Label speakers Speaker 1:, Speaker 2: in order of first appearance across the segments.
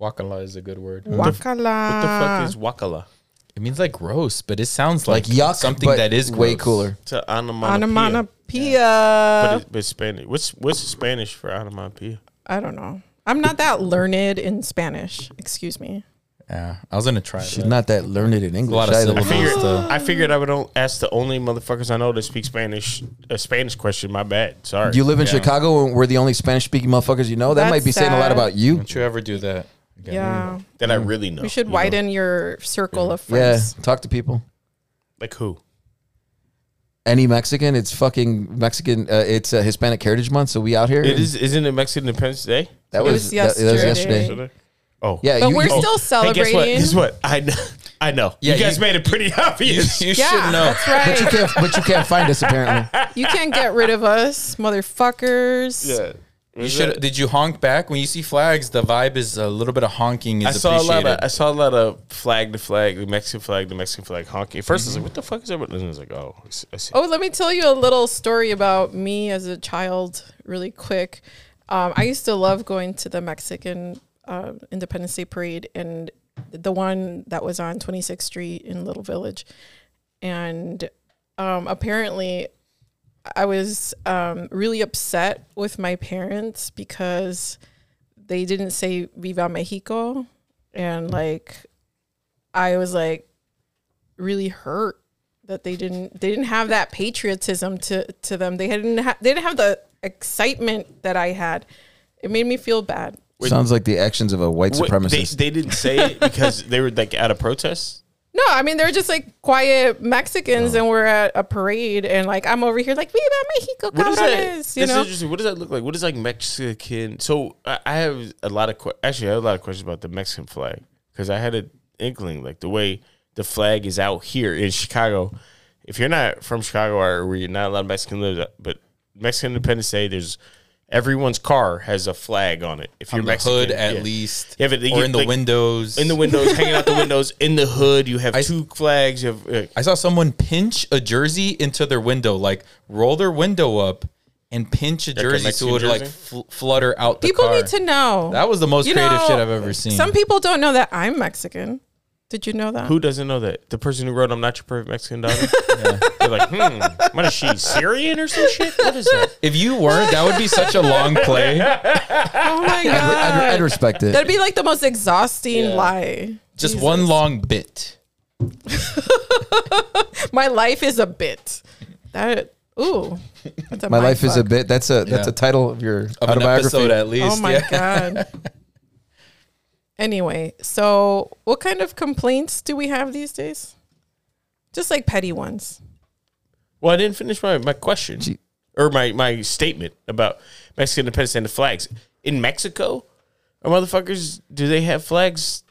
Speaker 1: Wakala is a good word.
Speaker 2: Wakala.
Speaker 3: What the fuck is wakala?
Speaker 1: It means like gross, but it sounds
Speaker 4: Like
Speaker 1: like,
Speaker 4: yuck,
Speaker 1: something
Speaker 4: but
Speaker 1: that is
Speaker 4: way
Speaker 1: gross.
Speaker 4: cooler.
Speaker 3: To onomatopoeia.
Speaker 2: onomatopoeia?
Speaker 3: But, it, but Spanish. What's what's Spanish for onomatopoeia?
Speaker 2: I don't know. I'm not that learned in Spanish. Excuse me.
Speaker 1: Yeah, I was gonna try.
Speaker 4: She's
Speaker 1: that.
Speaker 4: not that learned in English.
Speaker 1: a lot of
Speaker 4: either.
Speaker 3: I
Speaker 1: syllables.
Speaker 3: figured
Speaker 1: though.
Speaker 3: I figured I would on- ask the only motherfuckers I know that speak Spanish a Spanish question. My bad. Sorry.
Speaker 4: You live in Chicago and we're the only Spanish speaking motherfuckers you know? That
Speaker 2: That's
Speaker 4: might be saying a lot
Speaker 2: sad.
Speaker 4: about you.
Speaker 1: Don't you ever do that? again.
Speaker 2: Yeah.
Speaker 3: that I really know.
Speaker 2: We should
Speaker 3: you know?
Speaker 2: widen your circle of friends.
Speaker 4: Yeah, talk to people.
Speaker 3: Like who?
Speaker 4: Any Mexican, it's fucking Mexican. Uh, it's uh, Hispanic Heritage Month, so we out here.
Speaker 3: It is. Isn't it Mexican Independence Day?
Speaker 4: That
Speaker 2: It
Speaker 4: was,
Speaker 2: was
Speaker 4: that- that was
Speaker 2: yesterday.
Speaker 4: yesterday.
Speaker 3: Today? Oh
Speaker 4: Yeah,
Speaker 2: But
Speaker 4: you-
Speaker 2: we're
Speaker 4: you-
Speaker 2: still
Speaker 3: Hey, Oh, guess
Speaker 2: celebrating.
Speaker 3: what? Guess what? I know. I know.
Speaker 1: Yeah,
Speaker 3: you guys
Speaker 1: you-
Speaker 3: made it pretty obvious.
Speaker 1: You
Speaker 2: yeah,
Speaker 1: should know.
Speaker 2: that's
Speaker 4: but you
Speaker 2: right.
Speaker 4: can't. But you can't find us apparently.
Speaker 2: you can't get rid of us, motherfuckers.
Speaker 1: You should. Did you honk back when you see flags? The vibe is a little bit of honking. Is
Speaker 3: I saw a lot
Speaker 1: appreciated.
Speaker 3: of I saw a lot of flag to flag, the Mexican flag, the Mexican flag honking. 1st I was like, "What the fuck is everyone?" And I was like, "Oh, I see- I see."
Speaker 2: Oh, let me tell you a little story about me as a child, really quick. Um, I used to love going to the Mexican uh, Independence Day Parade and the one that was on 26th Street in Little Village. And um, apparently, I was um, really upset with my parents because they didn't say Viva Mexico. And like, I was like really hurt that they didn't they didn't have that patriotism to to them. They didn't ha- they didn't have the excitement that I had. It made me feel bad.
Speaker 4: Sounds like the actions of a white
Speaker 3: What- they,
Speaker 4: supremacist.
Speaker 3: they didn't say it because they were like out of protest.
Speaker 2: No, I mean they're just like quiet Mexicans,
Speaker 1: Oh.
Speaker 2: and we're at a parade, and like I'm over here like Viva Mexico,
Speaker 3: What is that?
Speaker 2: cabrones, you
Speaker 3: That's
Speaker 2: know.
Speaker 3: interesting. What does that look like? What is like Mexican? So I, I have a lot of que- actually I have a lot of questions about the Mexican flag because I had an inkling like the way the flag is out here in Chicago. If you're not from Chicago or where you're not a lot of Mexican lives, uh, but Mexican Independence Day, there's everyone's car has a flag on it. If you're
Speaker 1: on the
Speaker 3: Mexican,
Speaker 1: hood at
Speaker 3: yeah.
Speaker 1: least,
Speaker 3: Yeah, but you-
Speaker 1: or in the
Speaker 3: like-
Speaker 1: windows.
Speaker 3: in the windows, hanging out the windows, in the hood, you have
Speaker 1: I-
Speaker 3: two flags. You have uh,
Speaker 1: I saw someone pinch a jersey into their window, like roll their window up and pinch a jersey so
Speaker 3: Mexican
Speaker 1: it would like
Speaker 3: jersey?
Speaker 1: fl- flutter out the
Speaker 2: People
Speaker 1: car.
Speaker 2: need to know.
Speaker 1: That was the most
Speaker 2: You
Speaker 1: creative
Speaker 2: know,
Speaker 1: shit I've ever seen.
Speaker 2: Some people don't know that I'm Mexican. Did you know that?
Speaker 3: Who doesn't know that? The person who wrote "I'm not your perfect Mexican daughter." They're like, "Hmm, what is she Syrian or some shit? What is that?"
Speaker 1: if you weren't, that would be such a long play.
Speaker 2: Oh my god,
Speaker 4: I'd, I'd respect it.
Speaker 2: that'd be like the most exhausting lie.
Speaker 1: Just one long bit.
Speaker 2: My life is a bit. That ooh, that's a
Speaker 4: My
Speaker 2: mind
Speaker 4: life is a
Speaker 2: fuck.
Speaker 4: bit. That's a that's
Speaker 1: Yeah.
Speaker 4: a title of your
Speaker 1: Of an
Speaker 4: autobiography.
Speaker 1: episode at least.
Speaker 2: Oh my
Speaker 1: yeah.
Speaker 2: god. Anyway, so what kind of complaints do we have these days? Just like petty ones.
Speaker 3: Well, I didn't finish my, my question or my, my statement about Mexican independence and the flags in Mexico. Are motherfuckers? Do they have flags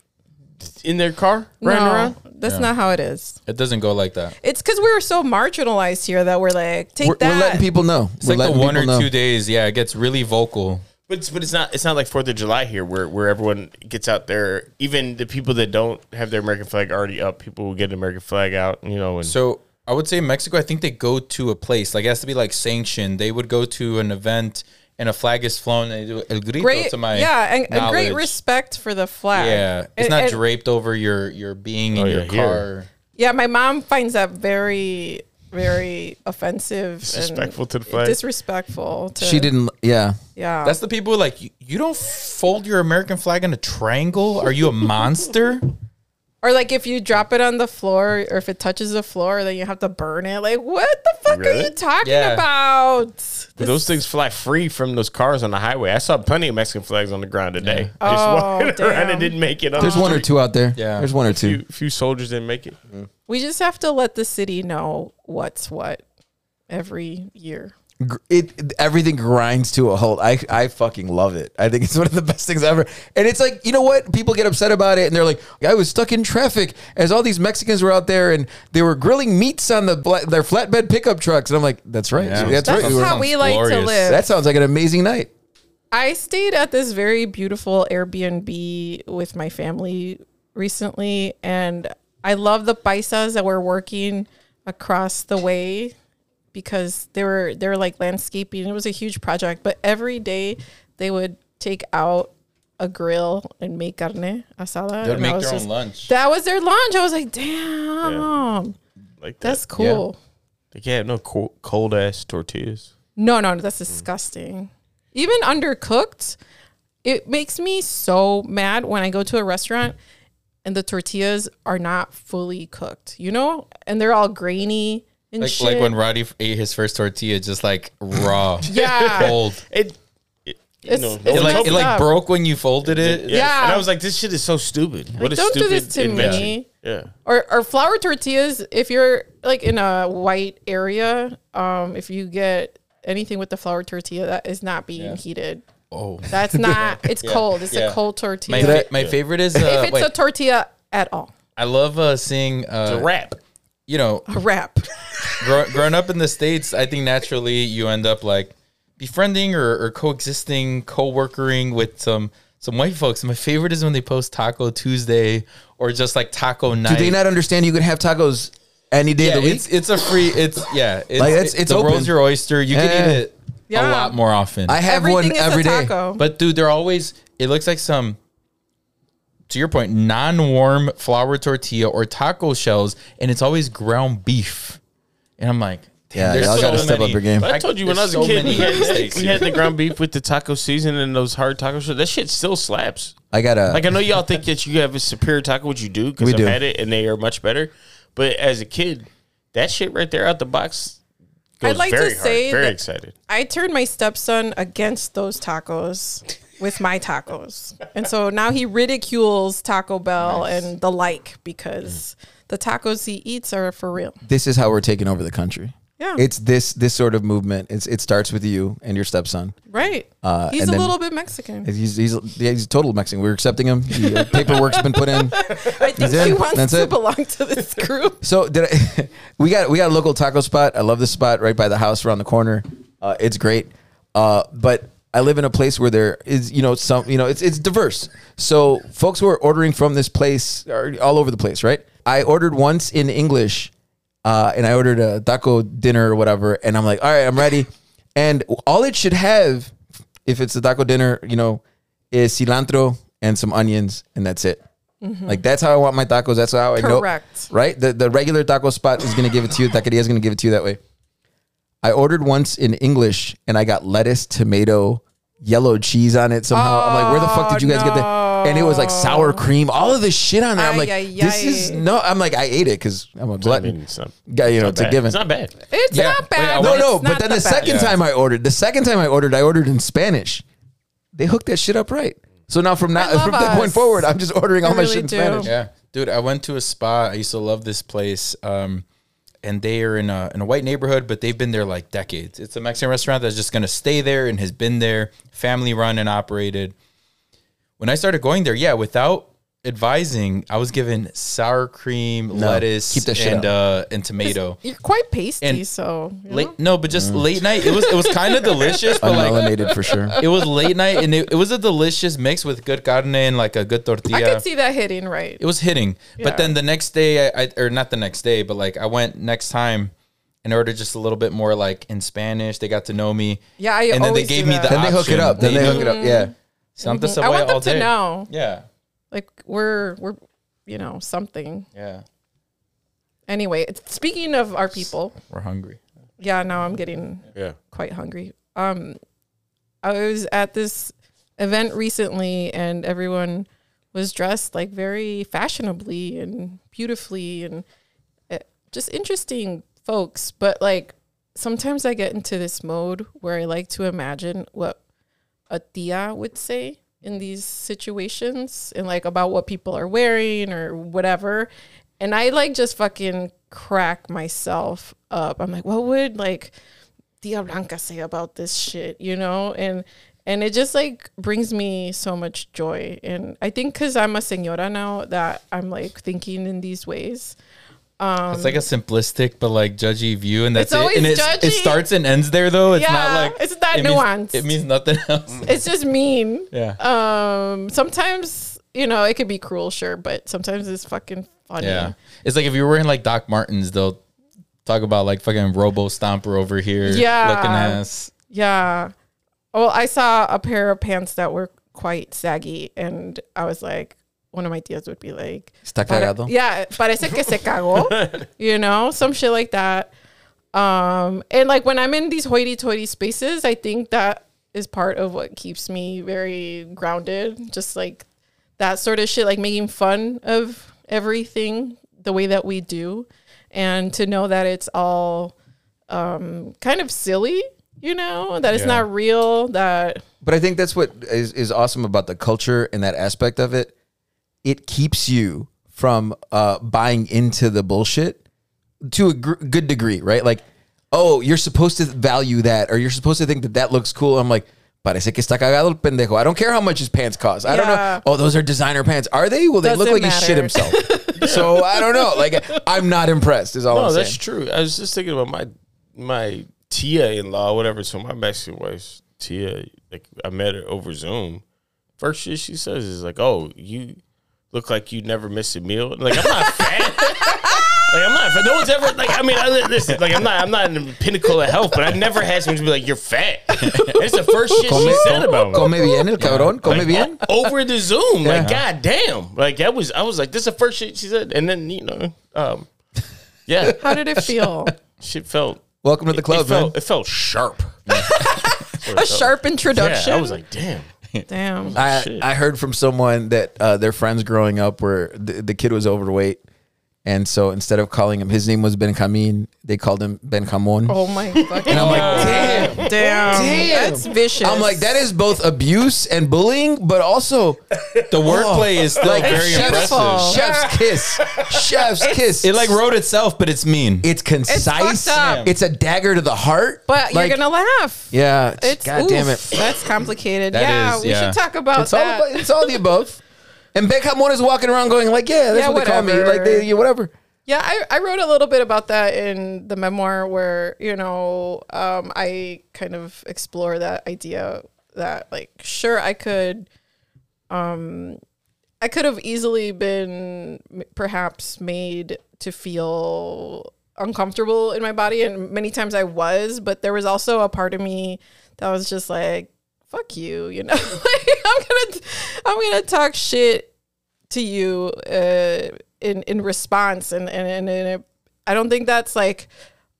Speaker 3: in their car running
Speaker 2: no,
Speaker 3: around?
Speaker 2: that's not how it is.
Speaker 1: It doesn't go like that.
Speaker 2: It's because we're so marginalized here that we're like, take
Speaker 4: We're,
Speaker 2: that.
Speaker 4: we're letting people know.
Speaker 1: It's
Speaker 4: we're
Speaker 1: like the
Speaker 4: letting
Speaker 1: one or
Speaker 4: people know.
Speaker 1: two days. Yeah, it gets really vocal.
Speaker 3: But it's, but it's not it's not like Fourth of July here where where everyone gets out there. Even the people that don't have their American flag already up, people will get an American flag out. You know, and
Speaker 1: So I would say Mexico. I think they go to a place like it has to be like sanctioned. They would go to an event and a flag is flown. And they do el grito
Speaker 2: great,
Speaker 1: to my
Speaker 2: yeah, and, and great
Speaker 1: knowledge.
Speaker 2: respect for the flag.
Speaker 1: Yeah, it's
Speaker 2: And-
Speaker 1: not
Speaker 2: and-
Speaker 1: draped over your your
Speaker 4: Oh,
Speaker 1: being and
Speaker 3: yeah,
Speaker 1: your
Speaker 3: here.
Speaker 1: car.
Speaker 2: Yeah, my mom finds that very, very offensive,
Speaker 3: Disrespectful
Speaker 2: and
Speaker 3: to the flag.
Speaker 2: Disrespectful to
Speaker 4: She didn't. Yeah.
Speaker 2: Yeah,
Speaker 1: That's the people who are like you, you don't fold your American flag in a triangle. Are you a monster?
Speaker 2: Or like if you drop it on the floor, or if it touches the floor, then you have to burn it. Like what the fuck are you
Speaker 3: Really?
Speaker 2: talking
Speaker 1: Yeah.
Speaker 2: about?
Speaker 3: But those things fly free from those cars on the highway. I saw plenty of Mexican flags on the ground today. Just walking around
Speaker 2: Oh, damn.
Speaker 3: and didn't make it. On
Speaker 4: There's
Speaker 3: the
Speaker 4: one or
Speaker 3: street.
Speaker 4: two out there.
Speaker 1: Yeah.
Speaker 4: There's one or two. Mm.
Speaker 3: Few, few soldiers didn't make it.
Speaker 2: We just have to let the city know what's what every year.
Speaker 4: Gr- It everything grinds to a halt. I I fucking love it. I think it's one of the best things ever. And it's like you know what? People get upset about it, and they're like, "I was stuck in traffic as all these Mexicans were out there, and they were grilling meats on the bla- their flatbed pickup trucks." And I'm like, "That's right.
Speaker 1: Yeah.
Speaker 4: That's,
Speaker 2: That's
Speaker 4: right. We were-
Speaker 2: how we
Speaker 1: Sounds
Speaker 2: like to
Speaker 1: glorious.
Speaker 2: live.
Speaker 4: that sounds like an amazing night."
Speaker 2: I stayed at this very beautiful Airbnb with my family recently, and I love the paisas that were working across the way because they were they were like landscaping. It was a huge project, but every day they would take out a grill and make carne asada.
Speaker 1: They would
Speaker 2: and I
Speaker 1: make
Speaker 2: was
Speaker 1: their own
Speaker 2: just-
Speaker 1: lunch.
Speaker 2: That was their lunch. I was like, damn,
Speaker 3: Like that.
Speaker 2: that's cool.
Speaker 3: They can't have no cold, cold ass tortillas.
Speaker 2: No, no, that's
Speaker 1: Mm.
Speaker 2: disgusting. Even undercooked, it makes me so mad when I go to a restaurant and the tortillas are not fully cooked, you know? And they're all grainy and
Speaker 1: Like,
Speaker 2: shit.
Speaker 1: like when Roddy f- ate his first tortilla, just like raw,
Speaker 2: yeah.
Speaker 1: cold.
Speaker 3: It, it
Speaker 2: It's-
Speaker 3: no, no
Speaker 2: it's
Speaker 1: It
Speaker 3: one
Speaker 1: like
Speaker 3: told
Speaker 1: it
Speaker 3: me.
Speaker 1: like
Speaker 2: up.
Speaker 1: broke when you folded it.
Speaker 2: Yeah.
Speaker 3: And I was like, this shit is so stupid. what a
Speaker 2: don't do
Speaker 3: stupid
Speaker 2: this to
Speaker 3: invention.
Speaker 2: me.
Speaker 3: Yeah.
Speaker 2: Or, or flour tortillas, if you're like in a white area, um, if you get anything with the flour tortilla, that is not being heated.
Speaker 1: Oh,
Speaker 2: That's not, it's cold. It's
Speaker 1: Yeah.
Speaker 2: a cold
Speaker 1: my,
Speaker 2: tortilla.
Speaker 1: fa- my favorite is uh,
Speaker 2: if it's
Speaker 1: wait.
Speaker 2: a tortilla at all,
Speaker 1: I love uh, seeing uh,
Speaker 3: Wrap.
Speaker 1: you know
Speaker 2: a wrap.
Speaker 1: grow, growing up in the states, I think naturally you end up like befriending or, or coexisting, co-working with some some white folks. My favorite is when they post Taco Tuesday or just like Taco Night.
Speaker 4: Do they not understand you can have tacos any day
Speaker 1: Yeah,
Speaker 4: of the week?
Speaker 1: it's it's a free. It's yeah. It's,
Speaker 4: Like, it's-
Speaker 1: it-
Speaker 4: it's
Speaker 1: the
Speaker 4: open.
Speaker 1: world's your oyster. You can
Speaker 4: Yeah.
Speaker 1: eat it a
Speaker 2: Yeah.
Speaker 1: lot more often.
Speaker 4: I have
Speaker 2: Everything
Speaker 4: one
Speaker 2: is
Speaker 4: every
Speaker 2: a
Speaker 4: day.
Speaker 2: taco.
Speaker 1: But dude, they're always. It looks like some. To your point, non-warm flour tortilla or taco shells, and it's always ground beef. And I'm like, damn,
Speaker 4: Yeah,
Speaker 1: there's
Speaker 4: y'all
Speaker 1: so
Speaker 4: gotta step up
Speaker 1: many-
Speaker 4: your game.
Speaker 3: But I
Speaker 1: Like,
Speaker 3: told you when I was
Speaker 1: there's
Speaker 3: a
Speaker 1: so
Speaker 3: kid,
Speaker 1: many
Speaker 3: we had,
Speaker 1: mistakes
Speaker 3: we
Speaker 1: here.
Speaker 3: had the ground beef with the taco season and those hard taco shows. That shit still slaps.
Speaker 4: I got a
Speaker 3: Like I know y'all think that you have a superior taco, which you do because
Speaker 4: We
Speaker 3: I've
Speaker 4: do.
Speaker 3: had it and they are much better. But as a kid, that shit right there out the box goes
Speaker 2: I'd like to
Speaker 3: very hard.
Speaker 2: say
Speaker 3: very
Speaker 2: that-
Speaker 3: excited.
Speaker 2: I turned my stepson against those tacos with my tacos. And so now he ridicules Taco Bell and the like because the tacos he eats are for real.
Speaker 4: this is how we're taking over the country.
Speaker 2: Yeah.
Speaker 4: It's this this sort of movement. It's it starts with you and your stepson.
Speaker 2: Right.
Speaker 4: Uh,
Speaker 2: he's
Speaker 4: and
Speaker 2: a
Speaker 4: then-
Speaker 2: little bit Mexican.
Speaker 4: He's he's yeah, he's total Mexican. We're accepting him. He- uh, paperwork's been put in.
Speaker 2: I think
Speaker 4: in.
Speaker 2: he wants
Speaker 4: That's
Speaker 2: to
Speaker 4: it.
Speaker 2: belong to this group.
Speaker 4: So did I, we got we got a local taco spot. I love this spot right by the house around the corner. Uh, it's great. Uh, but I live in a place where there is you know some you know it's it's diverse. So folks who are ordering from this place are all over the place, right? I ordered once in English, uh, and I ordered a taco dinner or whatever, and I'm like, all right, I'm ready. And all it should have, if it's a taco dinner, you know, is cilantro and some onions, and that's it. Mm-hmm. Like that's how I want my tacos. That's how I know.
Speaker 2: Correct.
Speaker 4: Right. The the regular taco spot is gonna give it to you. Taqueria is gonna give it to you that way. I ordered once in English, and I got lettuce, tomato, yellow cheese on it somehow. I'm like, where the fuck did you guys get that? And it was like sour cream, all of this shit on there. I'm
Speaker 2: Ay,
Speaker 4: like,
Speaker 2: ay,
Speaker 4: this
Speaker 2: ay.
Speaker 4: is no. I'm like, I ate it because I'm a
Speaker 3: I
Speaker 4: glutton.
Speaker 3: mean, it's not.
Speaker 4: Guy, you know, it's a
Speaker 3: bad.
Speaker 4: given.
Speaker 3: It's not bad.
Speaker 2: It's
Speaker 1: Yeah.
Speaker 2: not
Speaker 1: Wait, I
Speaker 2: bad.
Speaker 1: wanna-
Speaker 4: No,
Speaker 2: it's
Speaker 4: no,
Speaker 2: not
Speaker 4: but then the,
Speaker 2: best.
Speaker 4: second time I ordered, the second time I ordered, I ordered in Spanish. They hooked that shit up right. So now from now
Speaker 2: love
Speaker 4: from that point
Speaker 2: us.
Speaker 4: forward, I'm just ordering all my
Speaker 2: really
Speaker 4: shit in
Speaker 2: do.
Speaker 4: Spanish.
Speaker 1: Yeah, dude, I went to a spa. I used to love this place, um, and they are in a in a white neighborhood, but they've been there like decades. It's a Mexican restaurant that's just gonna stay there and has been there, family run and operated. When I started going there, yeah, without advising, I was given sour cream, lettuce,
Speaker 4: keep that shit
Speaker 1: and uh, and tomato.
Speaker 2: You're quite pasty,
Speaker 1: And
Speaker 2: so you know?
Speaker 1: Late, no, but just
Speaker 4: Mm.
Speaker 1: late night. It was it was kind of delicious, but like
Speaker 4: Unmelanated for sure.
Speaker 1: it was late night, and it, it was a delicious mix with good carne and like a good tortilla
Speaker 2: I could see that hitting right.
Speaker 1: it was hitting.
Speaker 2: Yeah.
Speaker 1: But then the next day, I, I or not the next day, but like I went next time and ordered just a little bit more like in Spanish. They got to know me.
Speaker 2: Yeah, I
Speaker 1: and then they
Speaker 2: always
Speaker 1: gave
Speaker 2: do
Speaker 1: me
Speaker 2: that.
Speaker 1: the
Speaker 4: Then they hook
Speaker 1: option.
Speaker 4: it up. Then they hook
Speaker 1: do.
Speaker 4: it up. Yeah.
Speaker 1: Santa
Speaker 2: Mm-hmm. I
Speaker 1: Savoy
Speaker 2: want them
Speaker 1: all day.
Speaker 2: to know.
Speaker 1: Yeah,
Speaker 2: Like we're we're you know, something.
Speaker 1: yeah,
Speaker 2: Anyway, it's- speaking of our people,
Speaker 1: we're hungry.
Speaker 2: yeah, now I'm getting
Speaker 3: Yeah.
Speaker 2: quite hungry. Um, I was at this event recently, and everyone was dressed like very fashionably and beautifully, and uh, just interesting folks. But like sometimes I get into this mode where I like to imagine what a tia would say in these situations and like about what people are wearing or whatever. And I like just fucking crack myself up. I'm like, what would like Tia Blanca say about this shit, you know? And and it just like brings me so much joy. And I think because I'm a senora now that I'm like thinking in these ways.
Speaker 1: it's like a simplistic but like judgy view, and that's
Speaker 2: Um, It's
Speaker 1: it.
Speaker 2: always
Speaker 1: And it's, it
Speaker 2: judgy.
Speaker 1: starts and ends there though. It's not
Speaker 2: Yeah,
Speaker 1: like
Speaker 2: it's not
Speaker 1: it means-
Speaker 2: nuanced. Mm.
Speaker 1: it means nothing else.
Speaker 2: It's just mean.
Speaker 1: Yeah,
Speaker 2: Um sometimes, you know, it could be cruel, sure, but sometimes it's fucking funny.
Speaker 1: yeah. It's like if you're wearing like Doc Martens, they'll talk about like fucking Robo Stomper over here.
Speaker 2: Yeah.
Speaker 1: looking ass.
Speaker 2: Yeah. Well, I saw a pair of pants that were quite saggy, and I was like, one of my tias would be like,
Speaker 4: Está
Speaker 2: "Para-
Speaker 4: cagado.
Speaker 2: uh, yeah, parece que se cagó, you know, some shit like that. Um, and like when I'm in these hoity-toity spaces, I think that is part of what keeps me very grounded. Just like that sort of shit, like making fun of everything the way that we do, and to know that it's all um, kind of silly, you know, that it's
Speaker 1: Yeah.
Speaker 2: not real. That
Speaker 4: But I think that's what is, is awesome about the culture and that aspect of it. It keeps you from uh, buying into the bullshit to a gr- good degree, right? Like, oh, you're supposed to value that, or you're supposed to think that that looks cool. I'm like, parece que está cagado el pendejo. I don't care how much his pants cost. I don't
Speaker 2: Yeah.
Speaker 4: know. Oh, those are designer pants. Are they? Well, they look
Speaker 2: Doesn't
Speaker 4: like he shit
Speaker 2: matter.
Speaker 4: himself. so I don't know. Like, I'm not impressed. Is all
Speaker 3: No,
Speaker 4: I'm saying.
Speaker 3: Oh, that's true. I was just thinking about my my Tia in law, whatever. So my Mexican wife's Tia, like I met her over Zoom. First shit she says is like, "Oh, you look like you never miss a meal." Like I'm not fat. Like I'm not fat. No one's ever like. I mean, I, listen. Like I'm not. I'm not in the pinnacle of health, but I never had someone be like, "You're fat." It's the first shit she said about me
Speaker 4: Come bien, el cabrón. Come
Speaker 3: like,
Speaker 4: bien.
Speaker 3: o- over the Zoom. Like,
Speaker 4: Yeah.
Speaker 3: god damn. Like that was I was like, this is the first shit she said. And then, you know, um, yeah,
Speaker 2: how did it feel?
Speaker 3: shit felt
Speaker 4: Welcome to the club,
Speaker 3: it
Speaker 4: man.
Speaker 3: felt, it felt sharp.
Speaker 2: A sharp
Speaker 3: Yeah,
Speaker 2: introduction.
Speaker 3: I was like, damn.
Speaker 2: damn.
Speaker 4: I,
Speaker 3: Shit.
Speaker 4: I heard from someone that uh, their friends growing up were the, the kid was overweight, and so instead of calling him, his name was Benjamin. They called him Benjamon.
Speaker 2: Oh my fucking
Speaker 4: And I'm like,
Speaker 2: God.
Speaker 4: damn.
Speaker 2: damn, damn, that's vicious.
Speaker 4: I'm like, that is both abuse and bullying, but also
Speaker 1: The wordplay is still
Speaker 4: like
Speaker 1: very
Speaker 4: chef's,
Speaker 1: impressive.
Speaker 4: chef's kiss, chef's kiss.
Speaker 1: It like wrote itself, but it's mean.
Speaker 4: it's concise. It's,
Speaker 2: fucked up.
Speaker 4: a dagger to the heart.
Speaker 2: But
Speaker 4: Like,
Speaker 2: you're gonna laugh.
Speaker 4: yeah.
Speaker 2: It's
Speaker 4: God damn
Speaker 2: oof,
Speaker 4: it.
Speaker 2: That's complicated.
Speaker 1: That
Speaker 2: yeah,
Speaker 1: is,
Speaker 2: we
Speaker 1: yeah.
Speaker 2: should talk about
Speaker 4: It's all
Speaker 2: Oh, that.
Speaker 4: about, it's all the above. And Benjamon is walking around going like, yeah, that's
Speaker 2: Yeah,
Speaker 4: what they call me.
Speaker 2: whatever.
Speaker 4: Like, they, yeah, whatever.
Speaker 2: Yeah, I, I wrote a little bit about that in the memoir where, you know, um, I kind of explore that idea that like sure I could um I could have easily been m- perhaps made to feel uncomfortable in my body and many times I was, but there was also a part of me that was just like fuck you, you know. like, I'm going to I'm going to talk shit to you uh, in in response and and and, and it, I don't think that's like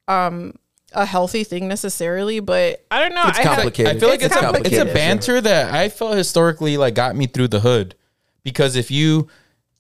Speaker 2: um a healthy thing necessarily but I don't know
Speaker 4: It's
Speaker 2: I have-
Speaker 4: complicated.
Speaker 1: I feel like
Speaker 2: It's
Speaker 1: it's, a, it's a
Speaker 2: complicated.
Speaker 1: banter that I felt historically like got me through the hood because if you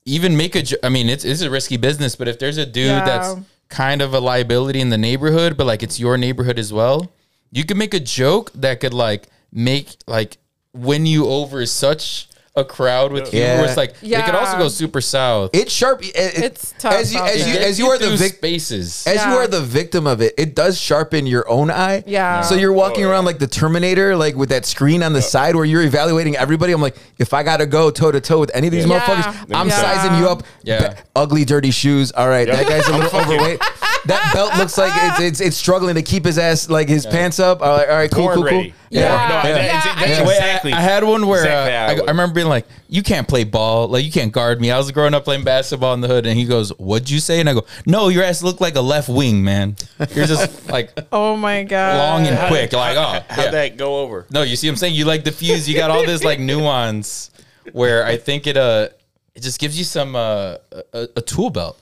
Speaker 1: even make a, jo- I mean, it's, it's a risky business, but if there's a dude
Speaker 2: Yeah.
Speaker 1: that's kind of a liability in the neighborhood, but like it's your neighborhood as well, you could make a joke that could like make like win you over such a crowd with humor. Where
Speaker 4: Yeah.
Speaker 1: it's like it could
Speaker 2: Yeah.
Speaker 1: also go super south.
Speaker 4: It's sharp. It, it-
Speaker 2: It's tough
Speaker 4: As you,
Speaker 2: out
Speaker 4: as
Speaker 2: there.
Speaker 4: you,
Speaker 1: It
Speaker 4: as you
Speaker 1: gets
Speaker 4: are the
Speaker 1: through
Speaker 4: victim,
Speaker 1: spaces.
Speaker 4: as you
Speaker 2: Yeah.
Speaker 4: are the victim of it, it does sharpen your own eye.
Speaker 2: Yeah.
Speaker 4: So you're walking around like the Terminator, like with that screen on the side where you're evaluating everybody. I'm like, if I gotta go toe to toe with any of these
Speaker 2: Yeah.
Speaker 4: motherfuckers, I'm
Speaker 2: Yeah.
Speaker 4: sizing you up.
Speaker 1: Yeah.
Speaker 4: Ba- ugly, dirty shoes. All right, that guy's a little overweight. That belt looks like it's, it's it's struggling to keep his ass like his pants up. All right, all right, cool,
Speaker 3: Corn
Speaker 4: cool, cool.
Speaker 3: ready. Corn-
Speaker 2: Yeah.
Speaker 3: No, that-
Speaker 2: Yeah,
Speaker 3: that's
Speaker 2: I-
Speaker 1: Wait, I-
Speaker 3: exactly.
Speaker 1: I, had one where uh,
Speaker 3: Exactly how
Speaker 1: I,
Speaker 3: it
Speaker 1: I
Speaker 3: was.
Speaker 1: remember being like, "You can't play ball. Like you can't guard me." I was growing up playing basketball in the hood, and he goes, "What'd you say?" And I go, "No, your ass looked like a left wing, man. You're just like
Speaker 2: oh my god
Speaker 1: long
Speaker 3: Uh,
Speaker 1: and quick. Like oh,
Speaker 3: How'd
Speaker 1: yeah.
Speaker 3: that go over?
Speaker 1: no, you see, what I'm saying you like diffuse. You got all this like nuance where I think it uh it just gives you some uh a, a tool belt.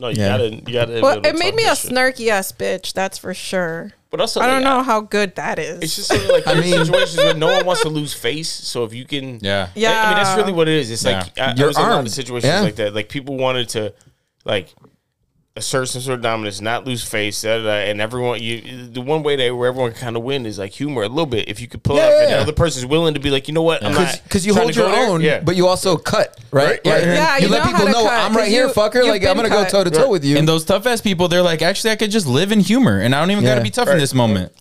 Speaker 3: No, you
Speaker 4: Yeah.
Speaker 3: gotta, you gotta.
Speaker 2: well it made me a
Speaker 3: snake.
Speaker 2: snarky ass bitch that's for sure
Speaker 3: But also,
Speaker 2: I don't
Speaker 3: like,
Speaker 2: know how good that is
Speaker 3: It's just sort of like
Speaker 4: I
Speaker 3: I
Speaker 4: mean-
Speaker 3: situations where no one wants to lose face. So if you can,
Speaker 1: Yeah.
Speaker 2: Yeah.
Speaker 3: I mean that's really what it is. It's like I,
Speaker 4: You're
Speaker 3: I was in a lot
Speaker 4: armed.
Speaker 3: of situations
Speaker 4: Yeah.
Speaker 3: like that. Like people wanted to, like assert some sort of dominance, not lose face, da, da, da, and everyone. You the one way that where everyone can kind of win is like humor a little bit. If you could pull up,
Speaker 4: yeah,
Speaker 3: and the
Speaker 4: yeah.
Speaker 3: other person's willing to be like, you know what, I'm not
Speaker 4: Because you
Speaker 3: trying
Speaker 4: hold
Speaker 3: to go
Speaker 4: your
Speaker 3: there.
Speaker 4: own,
Speaker 3: Yeah.
Speaker 4: but you also cut, right?
Speaker 3: Right, right.
Speaker 4: and
Speaker 2: Yeah,
Speaker 4: you,
Speaker 2: you
Speaker 4: let
Speaker 2: know
Speaker 4: people
Speaker 2: how to
Speaker 4: know
Speaker 2: cut,
Speaker 4: I'm right
Speaker 2: 'cause
Speaker 4: here,
Speaker 2: you-
Speaker 4: fucker.
Speaker 2: you've
Speaker 4: Like I'm
Speaker 2: been
Speaker 4: gonna
Speaker 2: cut.
Speaker 4: go toe to toe with you.
Speaker 1: And those tough ass people, they're like, actually, I could just live in humor, and I don't even got
Speaker 4: Yeah.
Speaker 1: to be tough in this moment.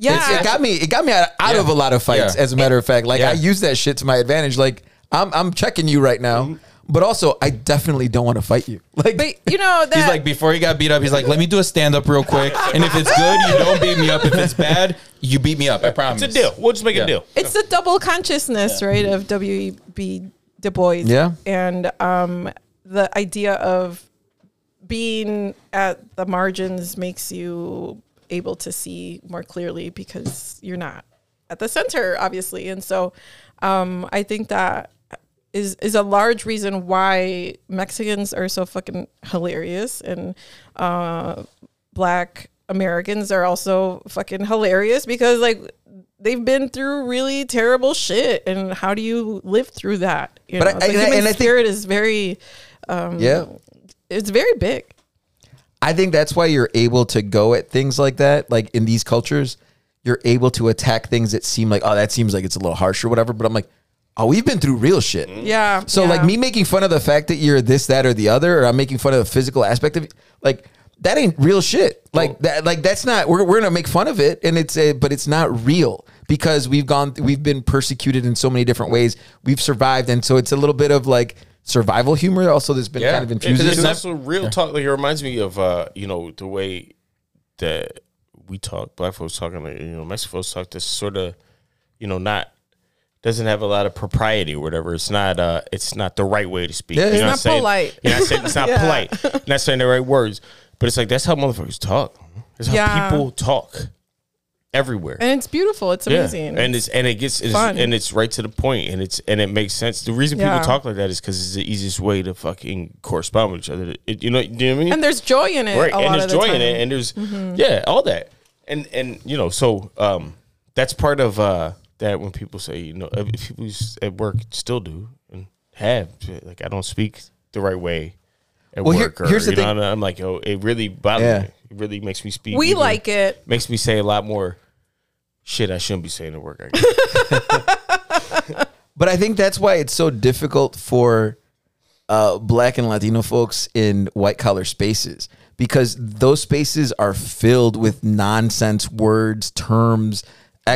Speaker 2: yeah
Speaker 4: It's- it got me. It got me out, out of a lot of fights.
Speaker 1: Yeah.
Speaker 4: As a matter of fact, like
Speaker 1: Yeah.
Speaker 4: I use that shit to my advantage. Like I'm, I'm checking you right now, but also I definitely don't want to fight you. Like
Speaker 2: but you know that
Speaker 1: He's like, before he got beat up, he's like, let me do a stand up real quick. And if it's good, you don't beat me up. If it's bad, you beat me up. I promise.
Speaker 3: it's a deal. We'll just make
Speaker 1: Yeah.
Speaker 3: a deal.
Speaker 2: it's the double consciousness, right, of W.E.B. Du Bois.
Speaker 4: Yeah.
Speaker 2: And um, the idea of being at the margins makes you able to see more clearly because you're not at at the center, obviously. And so um, I think that is is a large reason why Mexicans are so fucking hilarious and uh, black Americans are also fucking hilarious because like they've been through really terrible shit and how do you live through that? You
Speaker 4: But
Speaker 2: know,
Speaker 4: I-
Speaker 2: the
Speaker 4: and I-
Speaker 2: human
Speaker 4: and I think-
Speaker 2: spirit is very
Speaker 4: yeah.
Speaker 2: it's very big.
Speaker 4: I think that's why you're able to go at things like that, like in these cultures, you're able to attack things that seem like, oh, that seems like it's a little harsh or whatever. But I'm like, oh, we've been through real shit.
Speaker 2: Yeah.
Speaker 4: So
Speaker 2: yeah.
Speaker 4: like me making fun of the fact that you're this, that, or the other, or I'm making fun of the physical aspect of like that ain't real shit. Like that, like that's not. We're we're gonna make fun of it, and it's a, but it's not real because we've gone, we've been persecuted in so many different ways. We've survived, and so it's a little bit of like survival humor. Also, that's been
Speaker 1: Yeah.
Speaker 4: kind of
Speaker 1: It-
Speaker 4: infused.
Speaker 1: Because
Speaker 3: Because
Speaker 1: it's
Speaker 3: it's
Speaker 1: not-
Speaker 3: also real talk. Like it reminds me of uh, you know, the way that we talk, black folks talking, like you know, Mexican folks talk. This sort of, you know, not doesn't have a lot of propriety or whatever. It's not uh, it's not the right way to speak.
Speaker 4: Yeah,
Speaker 3: You
Speaker 4: it's
Speaker 3: know
Speaker 2: not
Speaker 3: what I'm saying?
Speaker 2: polite.
Speaker 3: You're not saying it's not
Speaker 2: Yeah.
Speaker 3: polite. You're not saying the right words, but it's like that's how motherfuckers talk. That's how
Speaker 2: Yeah.
Speaker 3: people talk everywhere.
Speaker 2: and it's beautiful. It's amazing.
Speaker 3: And it's and it gets it's,
Speaker 2: Fun.
Speaker 3: and it's right to the point and it's and it makes sense. The reason
Speaker 2: Yeah.
Speaker 3: people talk like that is because it's the easiest way to fucking correspond with each other. It, you know, do you know what I mean?
Speaker 2: And there's joy in it.
Speaker 3: right,
Speaker 2: a
Speaker 3: and
Speaker 2: lot
Speaker 3: there's
Speaker 2: of the
Speaker 3: joy
Speaker 2: time. Mm-hmm.
Speaker 3: in it, and there's yeah, all that, and and you know, so um, that's part of uh that when people say you know uh, people s- at work still do and have like I don't speak the right way at
Speaker 4: Well, here-
Speaker 3: work or
Speaker 4: here's the
Speaker 3: you know,
Speaker 4: thing.
Speaker 3: and I'm like yo, it really bothers
Speaker 4: Yeah.
Speaker 3: me. It really makes me speak.
Speaker 2: we
Speaker 3: even-
Speaker 2: like it.
Speaker 3: makes me say a lot more shit I shouldn't be saying at work. I guess.
Speaker 4: But I think that's why it's so difficult for uh, black and Latino folks in white collar spaces because those spaces are filled with nonsense words, terms,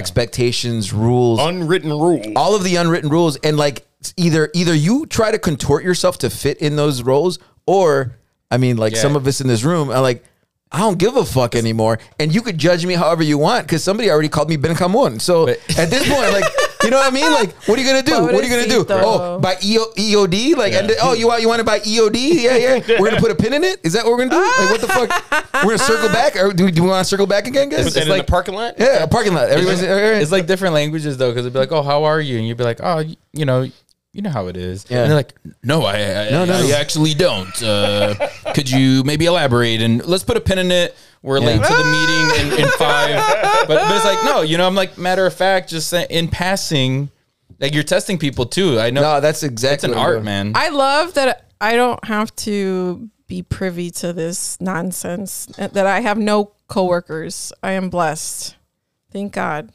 Speaker 4: expectations, rules,
Speaker 3: unwritten rule.
Speaker 4: all of the unwritten rules. And like it's either either you try to contort yourself to fit in those roles, or I mean, like
Speaker 1: Yeah.
Speaker 4: some of us in this room are like, I don't give a fuck anymore. And you could judge me however you want because somebody already called me Ben Camun. So at this point, like, you know what I mean? Like, what are you gonna do? What are you gonna do?
Speaker 2: Pobrecito.
Speaker 4: Oh, buy EO, EOD? Like, and then- oh, you want you want to buy EOD? Yeah, yeah. We're gonna put a pin in it. Is that what we're gonna do? Like, what the fuck? We're gonna circle back, or do we, do we want to circle back again, guys?
Speaker 3: Put that
Speaker 4: It's
Speaker 3: in
Speaker 4: like,
Speaker 3: the parking lot.
Speaker 4: yeah, a parking lot. Everybody's
Speaker 1: It's like different languages though, because it'd be like, "Oh, how are you?" and you'd be like, "Oh, you, you know, you know how it is."
Speaker 4: Yeah.
Speaker 1: And they're like, "No, I, I,
Speaker 4: No, no,
Speaker 1: I
Speaker 4: no.
Speaker 1: actually don't. Uh, could you maybe elaborate and let's put a pin in it? We're late to the meeting in, in five, but, but it's like, no, you know, I'm like, matter of fact, just say- in passing, like you're testing people too. I know
Speaker 4: no, that's exactly
Speaker 1: it's an
Speaker 4: what I'm
Speaker 1: art,
Speaker 4: doing.
Speaker 1: man.
Speaker 2: I love that I don't have to be privy to this nonsense. eh, That I have no coworkers. I am blessed. Thank God.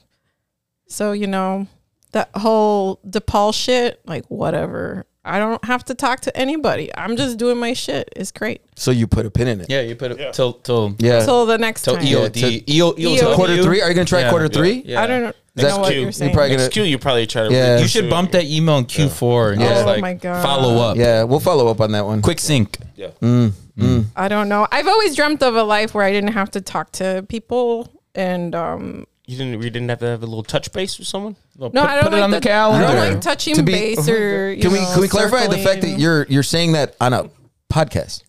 Speaker 2: So you know that whole DePaul shit, like whatever. I don't have to talk to anybody. I'm just doing my shit. It's great.
Speaker 4: So you put a pin in it.
Speaker 1: yeah, you put it till till
Speaker 4: Yeah.
Speaker 3: Uh,
Speaker 2: Till the next
Speaker 1: till
Speaker 2: time.
Speaker 1: EOD
Speaker 4: Yeah, to-
Speaker 1: EO, EO,
Speaker 2: to E
Speaker 4: quarter
Speaker 1: EOD.
Speaker 4: three? Are you gonna try
Speaker 1: Yeah.
Speaker 4: quarter three?
Speaker 1: Yeah.
Speaker 2: I don't know,
Speaker 3: That's
Speaker 2: what
Speaker 3: cute.
Speaker 2: you're
Speaker 3: You
Speaker 2: saying.
Speaker 4: probably
Speaker 3: Next
Speaker 4: gonna-
Speaker 3: Q, you probably try to.
Speaker 4: Yeah.
Speaker 1: You should bump that email in Q4 and just
Speaker 2: Oh
Speaker 1: like
Speaker 2: my God.
Speaker 1: follow up.
Speaker 4: Yeah, we'll follow up on that one.
Speaker 1: Quick sync.
Speaker 3: Yeah.
Speaker 4: Mm.
Speaker 2: I don't know. I've always dreamt of a life where I didn't have to talk to people and um
Speaker 3: You didn't. We didn't have to have a little touch base with someone.
Speaker 2: No,
Speaker 1: put,
Speaker 2: I don't
Speaker 1: put
Speaker 2: like
Speaker 1: it on the,
Speaker 2: the-
Speaker 1: calendar.
Speaker 2: I don't
Speaker 4: Sure.
Speaker 2: like touching
Speaker 4: To be-
Speaker 2: base or you
Speaker 4: Can we
Speaker 2: know,
Speaker 4: can we clarify the fact that
Speaker 2: circling.
Speaker 4: you're you're saying that on a podcast?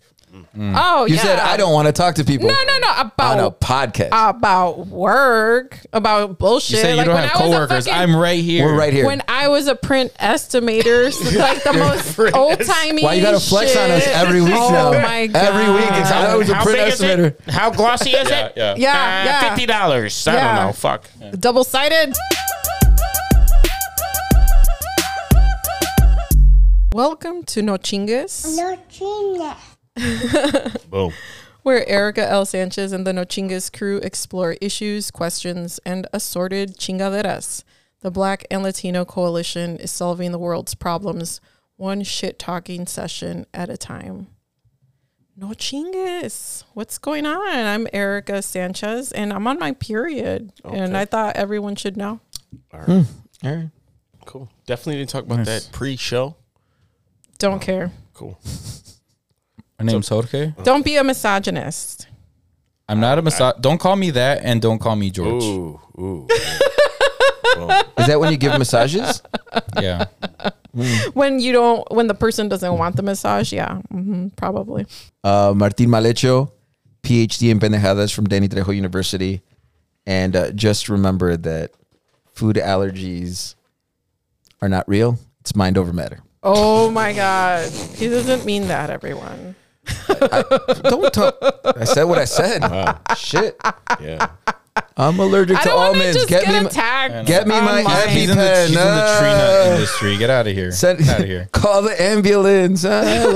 Speaker 2: oh
Speaker 4: You
Speaker 2: yeah
Speaker 4: said I don't want to talk to people.
Speaker 2: no no no
Speaker 4: on a
Speaker 2: about
Speaker 4: podcast.
Speaker 2: about work about bullshit
Speaker 1: You say you
Speaker 2: Like,
Speaker 1: don't
Speaker 2: when
Speaker 1: have
Speaker 2: I was a
Speaker 1: coworkers.
Speaker 2: fucking-
Speaker 1: I'm right here.
Speaker 4: We're right here.
Speaker 2: when I was a print estimator so like the most old timey
Speaker 4: Why you gotta flex on us every week
Speaker 2: oh
Speaker 4: now?
Speaker 2: my god
Speaker 4: Every week, it's I was a print
Speaker 3: big is it?
Speaker 4: estimator.
Speaker 3: How glossy is it? Uh,
Speaker 1: Yeah.
Speaker 2: Yeah, yeah.
Speaker 3: Fifty dollars. I
Speaker 2: Yeah.
Speaker 3: don't know. Fuck.
Speaker 2: double sided. Welcome to No Chingas.
Speaker 5: No chingas.
Speaker 3: Boom.
Speaker 2: where Erica L. Sanchez and the Nochingas crew explore issues, questions, and assorted chingaderas. The Black and Latino Coalition is solving the world's problems one shit talking session at a time. No chingas. What's going on? I'm Erica Sanchez and I'm on my period. And I thought everyone should know.
Speaker 3: Cool. Definitely didn't talk about that pre-show.
Speaker 2: Don't care.
Speaker 3: Cool.
Speaker 1: My name's Jorge.
Speaker 2: Don't be a misogynist.
Speaker 1: I'm not a massage. Don't call me that, and don't call me George.
Speaker 3: Ooh, ooh.
Speaker 4: Is that when you give massages?
Speaker 1: Yeah,
Speaker 2: When you don't, when the person doesn't want the massage, yeah, hmm probably.
Speaker 4: Uh, Martin Malecho, PhD in pendejadas from Danny Trejo University, and uh, just remember that food allergies are not real. It's mind over matter.
Speaker 2: Oh my God. He doesn't mean that, everyone.
Speaker 4: Don't talk. I said what I said. Shit.
Speaker 3: Yeah.
Speaker 4: I'm allergic
Speaker 2: I
Speaker 4: to
Speaker 2: don't want to
Speaker 4: almonds.
Speaker 2: just
Speaker 4: get,
Speaker 2: get,
Speaker 4: me my,
Speaker 2: attacked.
Speaker 4: get me my
Speaker 2: online.
Speaker 1: He's in the,
Speaker 4: EpiPen.
Speaker 1: he's in the tree nut
Speaker 4: Ah.
Speaker 1: industry. Get out of here.
Speaker 4: Send,
Speaker 1: out of here.
Speaker 4: Call the ambulance. Ah, wow,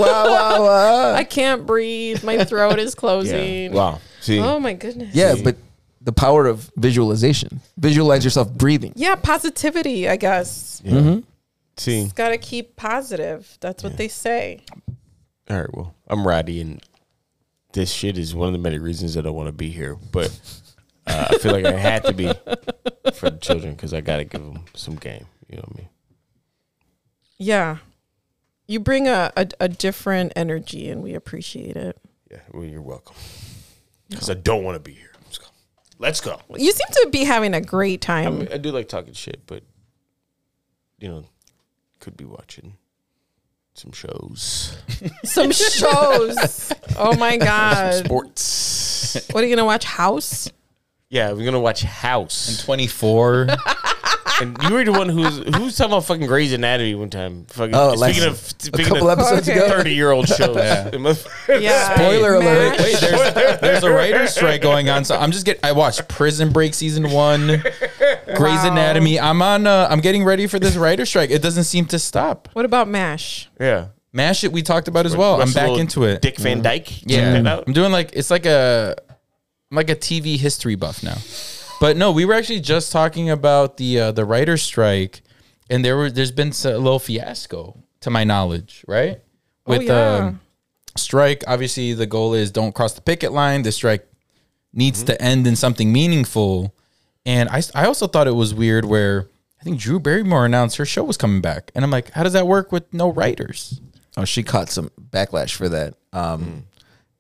Speaker 4: wow, wow.
Speaker 2: I can't breathe. My throat is
Speaker 3: yeah.
Speaker 2: closing.
Speaker 3: Wow. See,
Speaker 2: Oh my goodness.
Speaker 4: Yeah, but the power of visualization. Visualize yourself breathing.
Speaker 2: Yeah, positivity, I guess.
Speaker 3: yeah. see.
Speaker 2: Got to keep positive. That's what they say.
Speaker 3: All right. Well, I'm Roddy, and this shit is one of the many reasons that I want to be here. But uh, I feel like I had to be for the children because I got to give them some game. You know what I mean?
Speaker 2: Yeah. You bring a, a, a different energy and we appreciate it.
Speaker 3: Yeah. Well, you're welcome. Because I don't want to be here. Let's go. Let's go.
Speaker 2: You seem to be having a great
Speaker 3: I,
Speaker 2: time.
Speaker 3: mean, I do like talking shit, but you know, could be watching some shows,
Speaker 2: Some shows. oh my God.
Speaker 3: sports.
Speaker 2: What are you going to watch? House?
Speaker 3: yeah, we're gonna watch House.
Speaker 1: 24.
Speaker 3: And you were the one who's who's talking about fucking Grey's Anatomy one time. Fucking,
Speaker 4: Oh,
Speaker 3: speaking
Speaker 4: last-
Speaker 3: of
Speaker 4: A
Speaker 3: speaking
Speaker 4: couple
Speaker 3: of
Speaker 4: episodes
Speaker 2: Okay.
Speaker 4: ago.
Speaker 3: thirty year old shows.
Speaker 1: Yeah.
Speaker 3: It must-
Speaker 2: Yeah.
Speaker 4: Spoiler
Speaker 2: Mash.
Speaker 4: alert.
Speaker 1: Wait, there's, there's a writer's strike going on. So I'm just getting. I watched Prison Break season one, Grey's Anatomy. I'm on. Uh, I'm getting ready for this writer's strike. It doesn't seem to stop.
Speaker 2: What about MASH?
Speaker 3: yeah.
Speaker 1: Mash it. We talked about as well. I'm
Speaker 3: Russell
Speaker 1: back into it. Mm-hmm.
Speaker 3: Dick Van Dyke.
Speaker 1: Yeah,
Speaker 3: Check that out.
Speaker 1: I'm doing like it's like a I'm like a TV history buff now. But no, we were actually just talking about the uh, the writer's strike, and there were there's been a little fiasco to my knowledge, right? With
Speaker 2: yeah.
Speaker 1: um, strike, obviously the goal is don't cross the picket line. The strike
Speaker 4: Mm-hmm.
Speaker 1: needs to end in something meaningful. And I, I also thought it was weird where I think Drew Barrymore announced her show was coming back, and I'm like, how does that work with no writers?
Speaker 4: Oh, she caught some backlash for that. Um,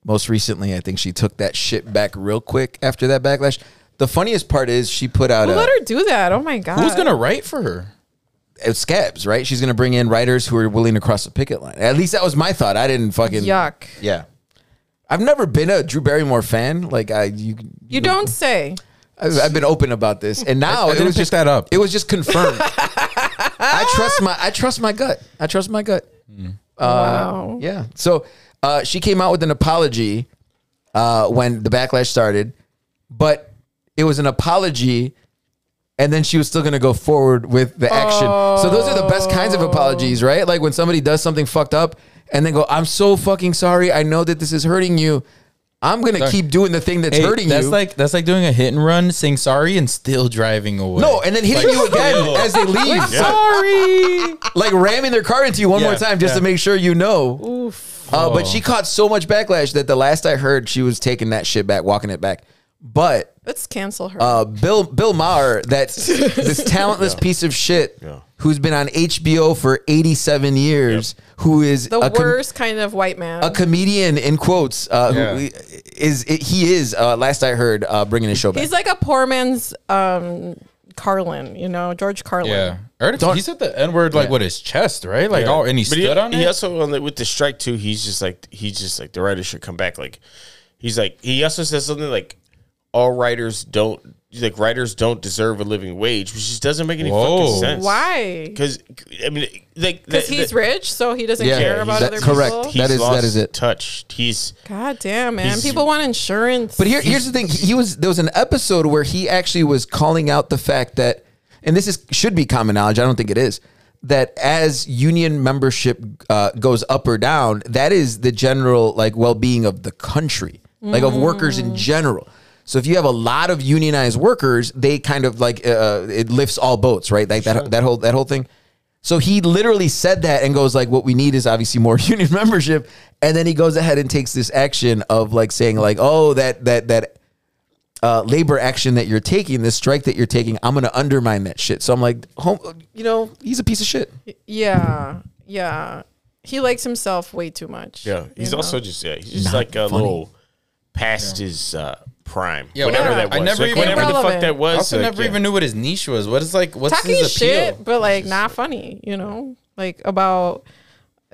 Speaker 4: Most recently, I think she took that shit back real quick after that backlash. The funniest part is she put out
Speaker 2: Who
Speaker 4: a,
Speaker 2: let her do that? Oh my God.
Speaker 1: Who's gonna write for her?
Speaker 4: uh, scabs, right? She's going to bring in writers who are willing to cross the picket line. At least that was my thought. I didn't fucking.
Speaker 2: Yuck.
Speaker 4: Yeah. I've never been a Drew Barrymore fan. Like I, you,
Speaker 2: You don't say.
Speaker 4: I've, I've been open about this, and now
Speaker 1: I
Speaker 4: it
Speaker 1: didn't
Speaker 4: was
Speaker 1: pick
Speaker 4: just
Speaker 1: that up.
Speaker 4: It was just confirmed. I trust my, I trust my gut. I trust my gut. Uh,
Speaker 2: wow.
Speaker 4: Yeah. So uh, she came out with an apology uh, when the backlash started, but it was an apology, and then she was still going to go forward with the action. So those are the best kinds of apologies, right? Like when somebody does something fucked up and then go, "I'm so fucking sorry. I know that this is hurting you. I'm going to keep doing the thing that's
Speaker 1: Hey,
Speaker 4: hurting
Speaker 1: that's
Speaker 4: you."
Speaker 1: like that's like doing a hit and run, saying sorry, and still driving away.
Speaker 4: no, and then hitting
Speaker 1: Like,
Speaker 4: you again
Speaker 1: still.
Speaker 4: as they leave.
Speaker 1: sorry.
Speaker 4: like ramming their car into you one
Speaker 1: Yeah,
Speaker 4: more time just
Speaker 1: yeah. Oh.
Speaker 4: to make sure you know. Uh, but she caught so much backlash that the last I heard, she was taking that shit back, walking it back. But
Speaker 2: Let's cancel her.
Speaker 4: uh, Bill Bill Maher, that this talentless piece of shit,
Speaker 3: Yeah.
Speaker 4: who's been on HBO for eighty seven years, who is
Speaker 2: the
Speaker 4: a com-
Speaker 2: worst kind of white man.
Speaker 4: a comedian in quotes, uh, who
Speaker 1: Yeah.
Speaker 4: is he is uh, last I heard uh, bringing his show back.
Speaker 2: He's like a poor man's um, Carlin, you know, George Carlin.
Speaker 1: Yeah, I heard he said the n word like with his chest, right? Like
Speaker 3: Yeah.
Speaker 1: oh, and he
Speaker 3: But
Speaker 1: stood on
Speaker 3: He
Speaker 1: it.
Speaker 3: also on the, with the strike too. He's just like he's just like the writer should come back. Like he's like he also says something like all writers don't he's like writers don't deserve a living wage, which just doesn't make any fucking
Speaker 1: Whoa.
Speaker 3: sense.
Speaker 2: Why?
Speaker 3: Because I mean, like
Speaker 2: Because
Speaker 3: the-
Speaker 2: he's
Speaker 3: the-
Speaker 2: rich, so he doesn't
Speaker 4: Yeah,
Speaker 2: care about
Speaker 4: that-
Speaker 2: other people.
Speaker 4: correct. That is- that is it.
Speaker 3: Touch. He's
Speaker 2: God damn, man.
Speaker 3: He's-
Speaker 2: People want insurance.
Speaker 4: But here, here's the thing. He was there was an episode where he actually was calling out the fact that, and this is should be common knowledge. I don't think it is that as union membership uh, goes up or down, that is the general like well being of the country, like of workers in general. So if you have a lot of unionized workers, they kind of like uh, it lifts all boats, right? Like that that whole that whole thing. So he literally said that and goes like, "What we need is obviously more union membership." And then he goes ahead and takes this action of like saying like, "Oh, that that that uh, labor action that you're taking, this strike that you're taking, I'm going to undermine that shit." So I'm like, home, you know, he's a piece of shit.
Speaker 2: yeah, yeah. He likes himself way too much.
Speaker 3: yeah. He's
Speaker 2: you know?
Speaker 3: also just yeah. He's just like a
Speaker 4: funny.
Speaker 3: little past his uh, prime.
Speaker 1: Yeah,
Speaker 3: whatever
Speaker 1: well,
Speaker 3: that was.
Speaker 1: I never
Speaker 3: Like,
Speaker 1: even-
Speaker 3: whatever the fuck
Speaker 2: Irrelevant.
Speaker 3: that
Speaker 1: I
Speaker 3: was.
Speaker 1: also
Speaker 3: like,
Speaker 1: never
Speaker 3: yeah.
Speaker 1: even knew what his niche was. What is like what's
Speaker 2: talking
Speaker 1: his appeal?
Speaker 2: shit, but like not funny, you know, like about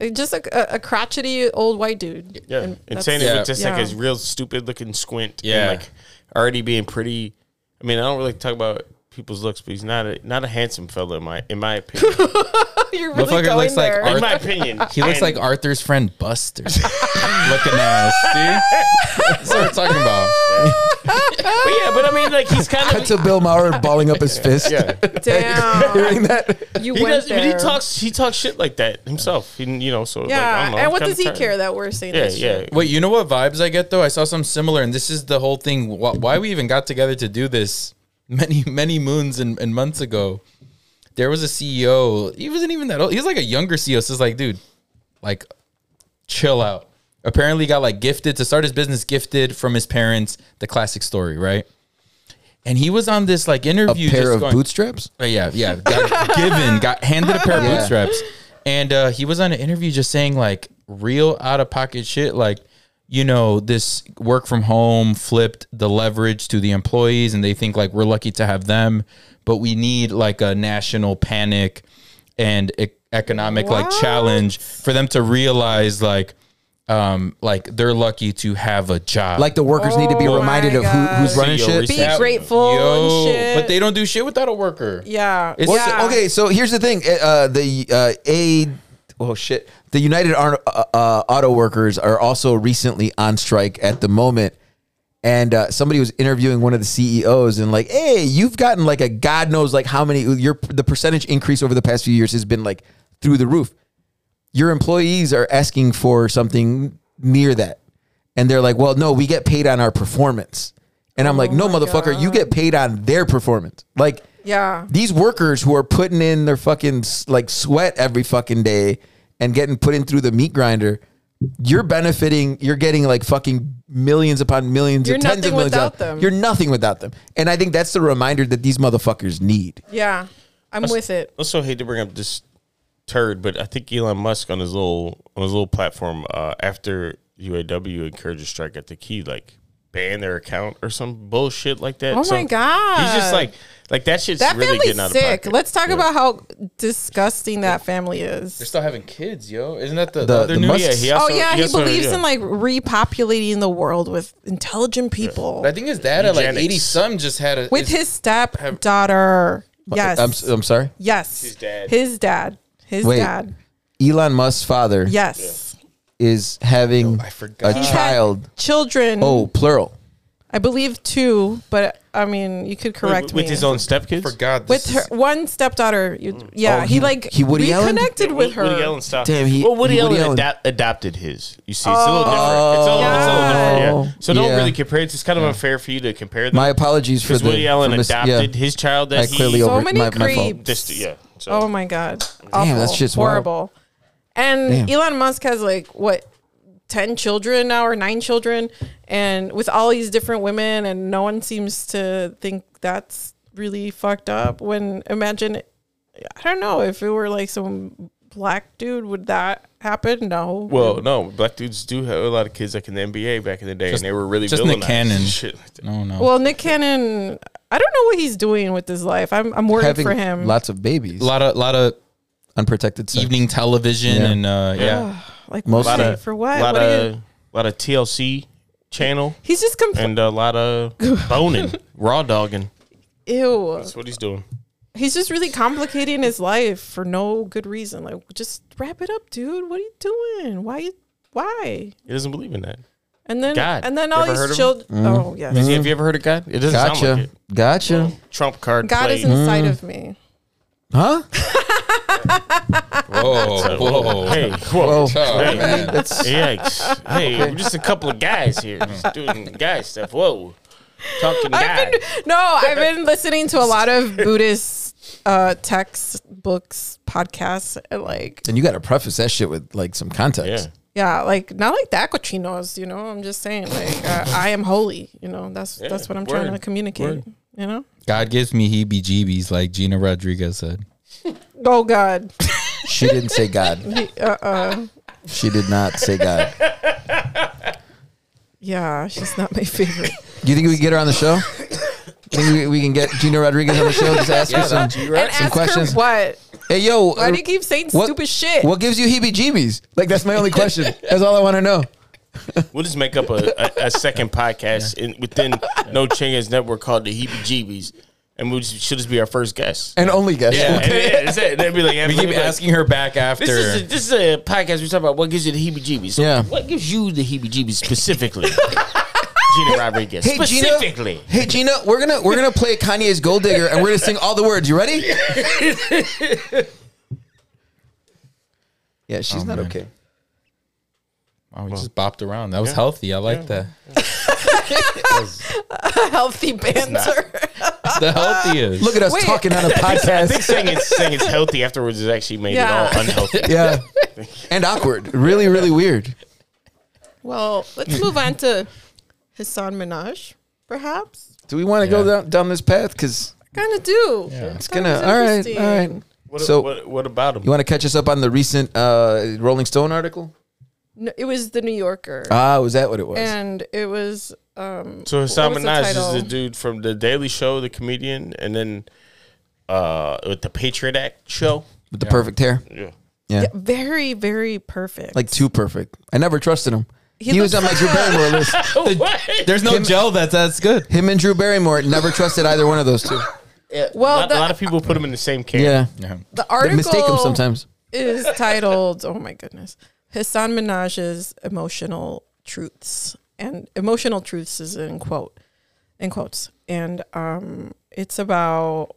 Speaker 2: uh, just like a, a crotchety old white dude.
Speaker 3: Yeah,
Speaker 2: And
Speaker 3: and,
Speaker 2: that's-
Speaker 3: saying it
Speaker 1: Yeah.
Speaker 3: with just
Speaker 2: Yeah.
Speaker 3: like a real stupid looking squint.
Speaker 1: Yeah.
Speaker 3: and like already being pretty. I mean, I don't really talk about people's looks, but he's not a not a handsome fella in my in my opinion.
Speaker 2: You're really
Speaker 1: Motherfucker
Speaker 2: going
Speaker 1: looks like
Speaker 2: there.
Speaker 1: Ar-
Speaker 3: in my opinion,
Speaker 1: He looks
Speaker 3: And
Speaker 1: like Arthur's friend Buster. Looking ass, see? That's what we're talking about.
Speaker 3: but yeah, but I mean, like he's kind
Speaker 4: Cut
Speaker 3: of
Speaker 4: to Bill Maher balling up his fist.
Speaker 3: yeah.
Speaker 2: Damn,
Speaker 4: Hearing that?
Speaker 2: you
Speaker 3: He
Speaker 2: went
Speaker 3: does,
Speaker 2: there.
Speaker 3: but he talks. He talks shit like that himself. He, you know, so like, I
Speaker 2: yeah,
Speaker 3: don't know, I'm
Speaker 2: and what
Speaker 3: kinda
Speaker 2: does he
Speaker 3: tired.
Speaker 2: care that we're saying
Speaker 3: Yeah,
Speaker 2: that shit?
Speaker 3: yeah.
Speaker 1: Wait, you know what vibes I get though? I saw some similar, and this is the whole thing. Wh- why we even got together to do this many, many moons and, and months ago. There was a CEO. He wasn't even that old. He was like a younger CEO. So it's like, dude, like, chill out. Apparently, got like gifted to start his business, gifted from his parents. The classic story, right? And he was on this like
Speaker 4: A
Speaker 1: interview.
Speaker 4: pair
Speaker 1: just
Speaker 4: of
Speaker 1: going-
Speaker 4: bootstraps?
Speaker 1: uh, yeah, yeah. Got given, got handed a pair of
Speaker 4: Yeah.
Speaker 1: bootstraps. And uh, he was on an interview just saying like real out of pocket shit. Like, you know, this work from home flipped the leverage to the employees, and they think like we're lucky to have them, but we need like a national panic and e- economic like
Speaker 2: What?
Speaker 1: challenge for them to realize like, um, like they're lucky to have a job. E
Speaker 4: Like the workers need to be
Speaker 2: Oh
Speaker 4: reminded
Speaker 2: my
Speaker 4: of who, who's
Speaker 2: God.
Speaker 4: running
Speaker 3: CEO
Speaker 4: shit?
Speaker 3: research.
Speaker 2: Be
Speaker 3: Yeah.
Speaker 2: grateful
Speaker 1: Yo,
Speaker 2: and shit.
Speaker 1: but they don't do shit without a worker.
Speaker 2: yeah,
Speaker 1: It's-
Speaker 4: Well,
Speaker 2: yeah.
Speaker 4: Okay, so here's the thing: uh, the uh, aid. Oh shit! The United Ar- uh, uh, Auto Workers are also recently on strike at the moment, and uh, somebody was interviewing one of the CEOs and like, "Hey, you've gotten like a god knows like how many your the percentage increase over the past few years has been like through the roof. Your employees are asking for something near that, and they're like, "Well, no, we get paid on our performance." And I'm like, "No,
Speaker 2: Oh my
Speaker 4: motherfucker, you get paid on their performance." Like
Speaker 2: Yeah.
Speaker 4: these workers who are putting in their fucking s- like sweat every fucking day and getting put in through the meat grinder, you're benefiting. You're getting like fucking millions upon 1000000s
Speaker 2: You're
Speaker 4: and tens of
Speaker 2: nothing
Speaker 4: millions.
Speaker 2: without
Speaker 4: of-
Speaker 2: them.
Speaker 4: You're nothing without them. And I think that's the reminder that these motherfuckers need.
Speaker 2: Yeah. I'm with it.
Speaker 3: also hate to bring up this turd, but I think Elon Musk on his little on his little platform uh, after UAW encouraged a strike, I think he like banned their account or some bullshit like that.
Speaker 2: Oh my God.
Speaker 3: He's just like like that shit's
Speaker 2: That
Speaker 3: really getting out
Speaker 2: family's sick.
Speaker 3: of pocket.
Speaker 2: Let's talk
Speaker 3: Yeah.
Speaker 2: about how disgusting that family
Speaker 1: They're
Speaker 2: is.
Speaker 1: still having kids, yo. Isn't that the, the,
Speaker 4: The-
Speaker 1: other
Speaker 4: the
Speaker 1: news?
Speaker 4: Musks-
Speaker 3: Yeah, he
Speaker 2: Oh
Speaker 3: also,
Speaker 2: yeah, he
Speaker 3: also-
Speaker 2: believes
Speaker 3: yeah.
Speaker 2: in like repopulating the world with intelligent people.
Speaker 1: I think his dad at like
Speaker 3: Eugenics.
Speaker 1: 80 some just had a.
Speaker 2: with
Speaker 1: is-
Speaker 2: his stepdaughter. Yes.
Speaker 4: I'm, s- I'm sorry.
Speaker 2: yes. His
Speaker 3: dad.
Speaker 2: His dad. His
Speaker 4: Wait.
Speaker 2: dad.
Speaker 4: Elon Musk's father
Speaker 2: Yes.
Speaker 4: is having
Speaker 1: I
Speaker 4: a
Speaker 1: forgot.
Speaker 2: had
Speaker 4: child.
Speaker 2: Children.
Speaker 4: Oh, plural.
Speaker 2: I believe two, but I mean, you could correct
Speaker 3: with
Speaker 2: me.
Speaker 3: his own stepkids.
Speaker 1: forgot
Speaker 2: with
Speaker 1: this.
Speaker 2: her one stepdaughter. You, yeah, he,
Speaker 4: he-
Speaker 2: like
Speaker 4: he Woody Allen?
Speaker 2: reconnected with her.
Speaker 3: Oh. Woody Allen style.
Speaker 4: Damn, he-
Speaker 3: well, Woody,
Speaker 4: he Woody
Speaker 3: Allen,
Speaker 4: Allen.
Speaker 3: adap- adopted his. You see, it's a little different. It's a little, it's a little
Speaker 4: Oh.
Speaker 3: different. Yeah. So don't
Speaker 4: Yeah.
Speaker 3: really compare it. It's kind of unfair for you to compare them
Speaker 4: My apologies for
Speaker 3: because
Speaker 4: the.
Speaker 3: Woody Allen
Speaker 4: for mis- yeah.
Speaker 3: adopted his child that
Speaker 4: I
Speaker 3: he
Speaker 4: clearly over
Speaker 2: many
Speaker 4: my, my fault.
Speaker 2: creeps.
Speaker 3: Just yeah. So.
Speaker 2: Oh my god! Awful.
Speaker 4: that's just wild.
Speaker 2: horrible. And Elon Musk has like what ten children now or nine children, and with all these different women, and no one seems to think that's really fucked up. When imagine, I don't know if it were like some black dude, would that happen? No.
Speaker 3: Well, no, black dudes do have a lot of kids like in the NBA back in the day, and they were really
Speaker 1: just Nick
Speaker 3: villainized
Speaker 1: Cannon.
Speaker 3: and shit like that.
Speaker 1: No, no.
Speaker 2: Well, Nick Cannon, I don't know what he's doing with his life. I'm I'm worried
Speaker 4: Having
Speaker 2: for him.
Speaker 4: lots of babies,
Speaker 1: a lot of lot of
Speaker 4: unprotected sex.
Speaker 1: evening television
Speaker 4: Yeah.
Speaker 1: and uh, yeah.
Speaker 2: like
Speaker 4: Most-
Speaker 2: why?
Speaker 4: Lotta-
Speaker 2: for what?
Speaker 3: A lot
Speaker 2: What are
Speaker 3: of
Speaker 2: you-
Speaker 3: lot of TLC channel
Speaker 2: he's just compl-
Speaker 3: and a lot of boning, raw dogging.
Speaker 2: ew.
Speaker 3: That's what he's doing.
Speaker 2: He's just really complicating his life for no good reason. Like, just wrap it up, dude. What are you doing? Why? you- Why?
Speaker 3: He doesn't believe in that.
Speaker 2: And then,
Speaker 3: God.
Speaker 2: and then
Speaker 3: You
Speaker 2: all
Speaker 3: ever heard
Speaker 2: these
Speaker 3: of
Speaker 2: children. Oh yes,
Speaker 3: Is he- have you ever heard of God? It doesn't sound
Speaker 4: Gotcha.
Speaker 3: like
Speaker 4: Gotcha.
Speaker 3: it. Trump card.
Speaker 2: God
Speaker 3: play.
Speaker 2: is inside of me.
Speaker 4: Huh?
Speaker 1: Whoa, whoa.
Speaker 3: Hey, whoa.
Speaker 4: Whoa.
Speaker 3: Hey,
Speaker 4: That's
Speaker 3: yikes. Hey, we're just a couple of guys here just doing guy stuff. Whoa. Talking guy.
Speaker 2: I've been, no, I've been listening to a lot of Buddhist uh, texts, books, podcasts, and like,
Speaker 4: And you got to preface that shit with like some
Speaker 3: yeah.
Speaker 4: context.
Speaker 2: yeah, like not like the Aquachinos, you know. I'm just saying, like, uh, I am holy, you know. That's that's what I'm trying to
Speaker 3: word,
Speaker 2: communicate, you know.
Speaker 1: God gives me heebie-jeebies, like Gina Rodriguez said.
Speaker 2: Oh God,
Speaker 4: She didn't say God.
Speaker 2: uh, uh,
Speaker 4: She did not say God.
Speaker 2: yeah, she's not my favorite.
Speaker 4: Do you think we can get her on the show? Think we, we can get Gina Rodriguez on the show? Just ask her some.
Speaker 2: and ask
Speaker 4: questions.
Speaker 2: her what.
Speaker 4: Hey, yo.
Speaker 2: Why
Speaker 4: uh,
Speaker 2: do you keep saying
Speaker 4: what-
Speaker 2: stupid shit?
Speaker 4: What gives you heebie-jeebies? Like that's my only question. That's all I want to know.
Speaker 3: We'll just make up a, a, a second podcast in, within No Chingas Network called the Heebie Jeebies. and we just, she'll just be our first guest.
Speaker 4: And only guest.
Speaker 1: Yeah.
Speaker 3: And yeah, that's it. They'd be like,
Speaker 1: We keep asking her back after.
Speaker 3: This is, a, this is a podcast we talk about what gives you the heebie-jeebies. So
Speaker 4: Yeah.
Speaker 3: What gives you the heebie-jeebies specifically? Gina Rodriguez.
Speaker 4: Hey Gina.
Speaker 3: specifically.
Speaker 4: Hey Gina, we're gonna we're gonna play Kanye's Gold Digger and we're gonna sing all the words. You ready? yeah, she's not okay.
Speaker 1: oh, we just bopped around. That was healthy. I like
Speaker 2: Healthy banter.
Speaker 1: that. The healthiest.
Speaker 4: Look at us
Speaker 2: Wait.
Speaker 4: talking on a
Speaker 3: I
Speaker 4: podcast.
Speaker 3: think saying it's, saying it's healthy afterwards is actually made
Speaker 2: Yeah.
Speaker 3: it all unhealthy.
Speaker 4: yeah. And awkward. Really, really weird.
Speaker 2: Well, let's move on to Hassan Minaj, perhaps.
Speaker 4: Do we want to go
Speaker 1: Yeah.
Speaker 4: down, down this path? Because
Speaker 2: Kind of do.
Speaker 4: it's gonna. All right, all right.
Speaker 3: What,
Speaker 4: so
Speaker 3: what, what about him?
Speaker 4: you want to catch us up on the recent uh, Rolling Stone article?
Speaker 2: No, it was the New Yorker,
Speaker 4: Ah, was that what it was?
Speaker 2: and it was um,
Speaker 3: So Hassan
Speaker 2: was the
Speaker 3: Minaj
Speaker 2: title?
Speaker 3: is the dude from the Daily Show, the comedian, and then uh, with the Patriot Act show.
Speaker 4: With the perfect hair,
Speaker 3: Yeah.
Speaker 4: yeah,
Speaker 2: very, very perfect.
Speaker 4: like too perfect. I never trusted him.
Speaker 2: He
Speaker 4: He, was on
Speaker 2: looks-
Speaker 4: my Drew Barrymore list.
Speaker 3: what?
Speaker 1: There's no gel that's that's good.
Speaker 4: Him and Drew Barrymore never trusted either one of those two.
Speaker 3: a,
Speaker 2: well,
Speaker 3: lot, a lot
Speaker 2: the,
Speaker 3: of people put him in the same camp.
Speaker 4: Yeah,
Speaker 1: Yeah.
Speaker 2: the
Speaker 4: they
Speaker 2: article
Speaker 4: mistake him sometimes.
Speaker 2: is titled, oh my goodness, Hassan Minaj's Emotional Truths. And emotional truths is in quote, in quotes. And um, it's about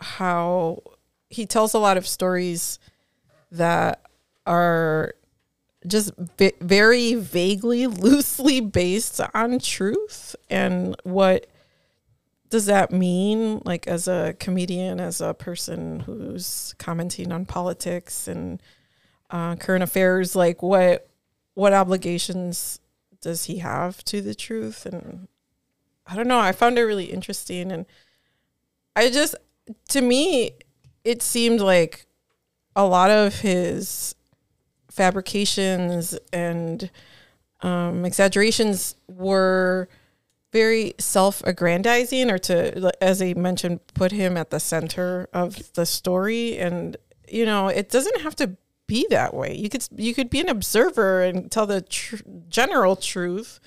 Speaker 2: how he tells a lot of stories that are just v- very vaguely, loosely based on truth and what does that mean like as a comedian as a person who's commenting on politics and uh, current affairs like what what obligations does he have to the truth and i don't know i found it really interesting and i just to me it seemed like a lot of his fabrications and um, exaggerations were very self-aggrandizing or to as he mentioned put him at the center of the story and you know it doesn't have to be that way you could you could be an observer and tell the tr- general truth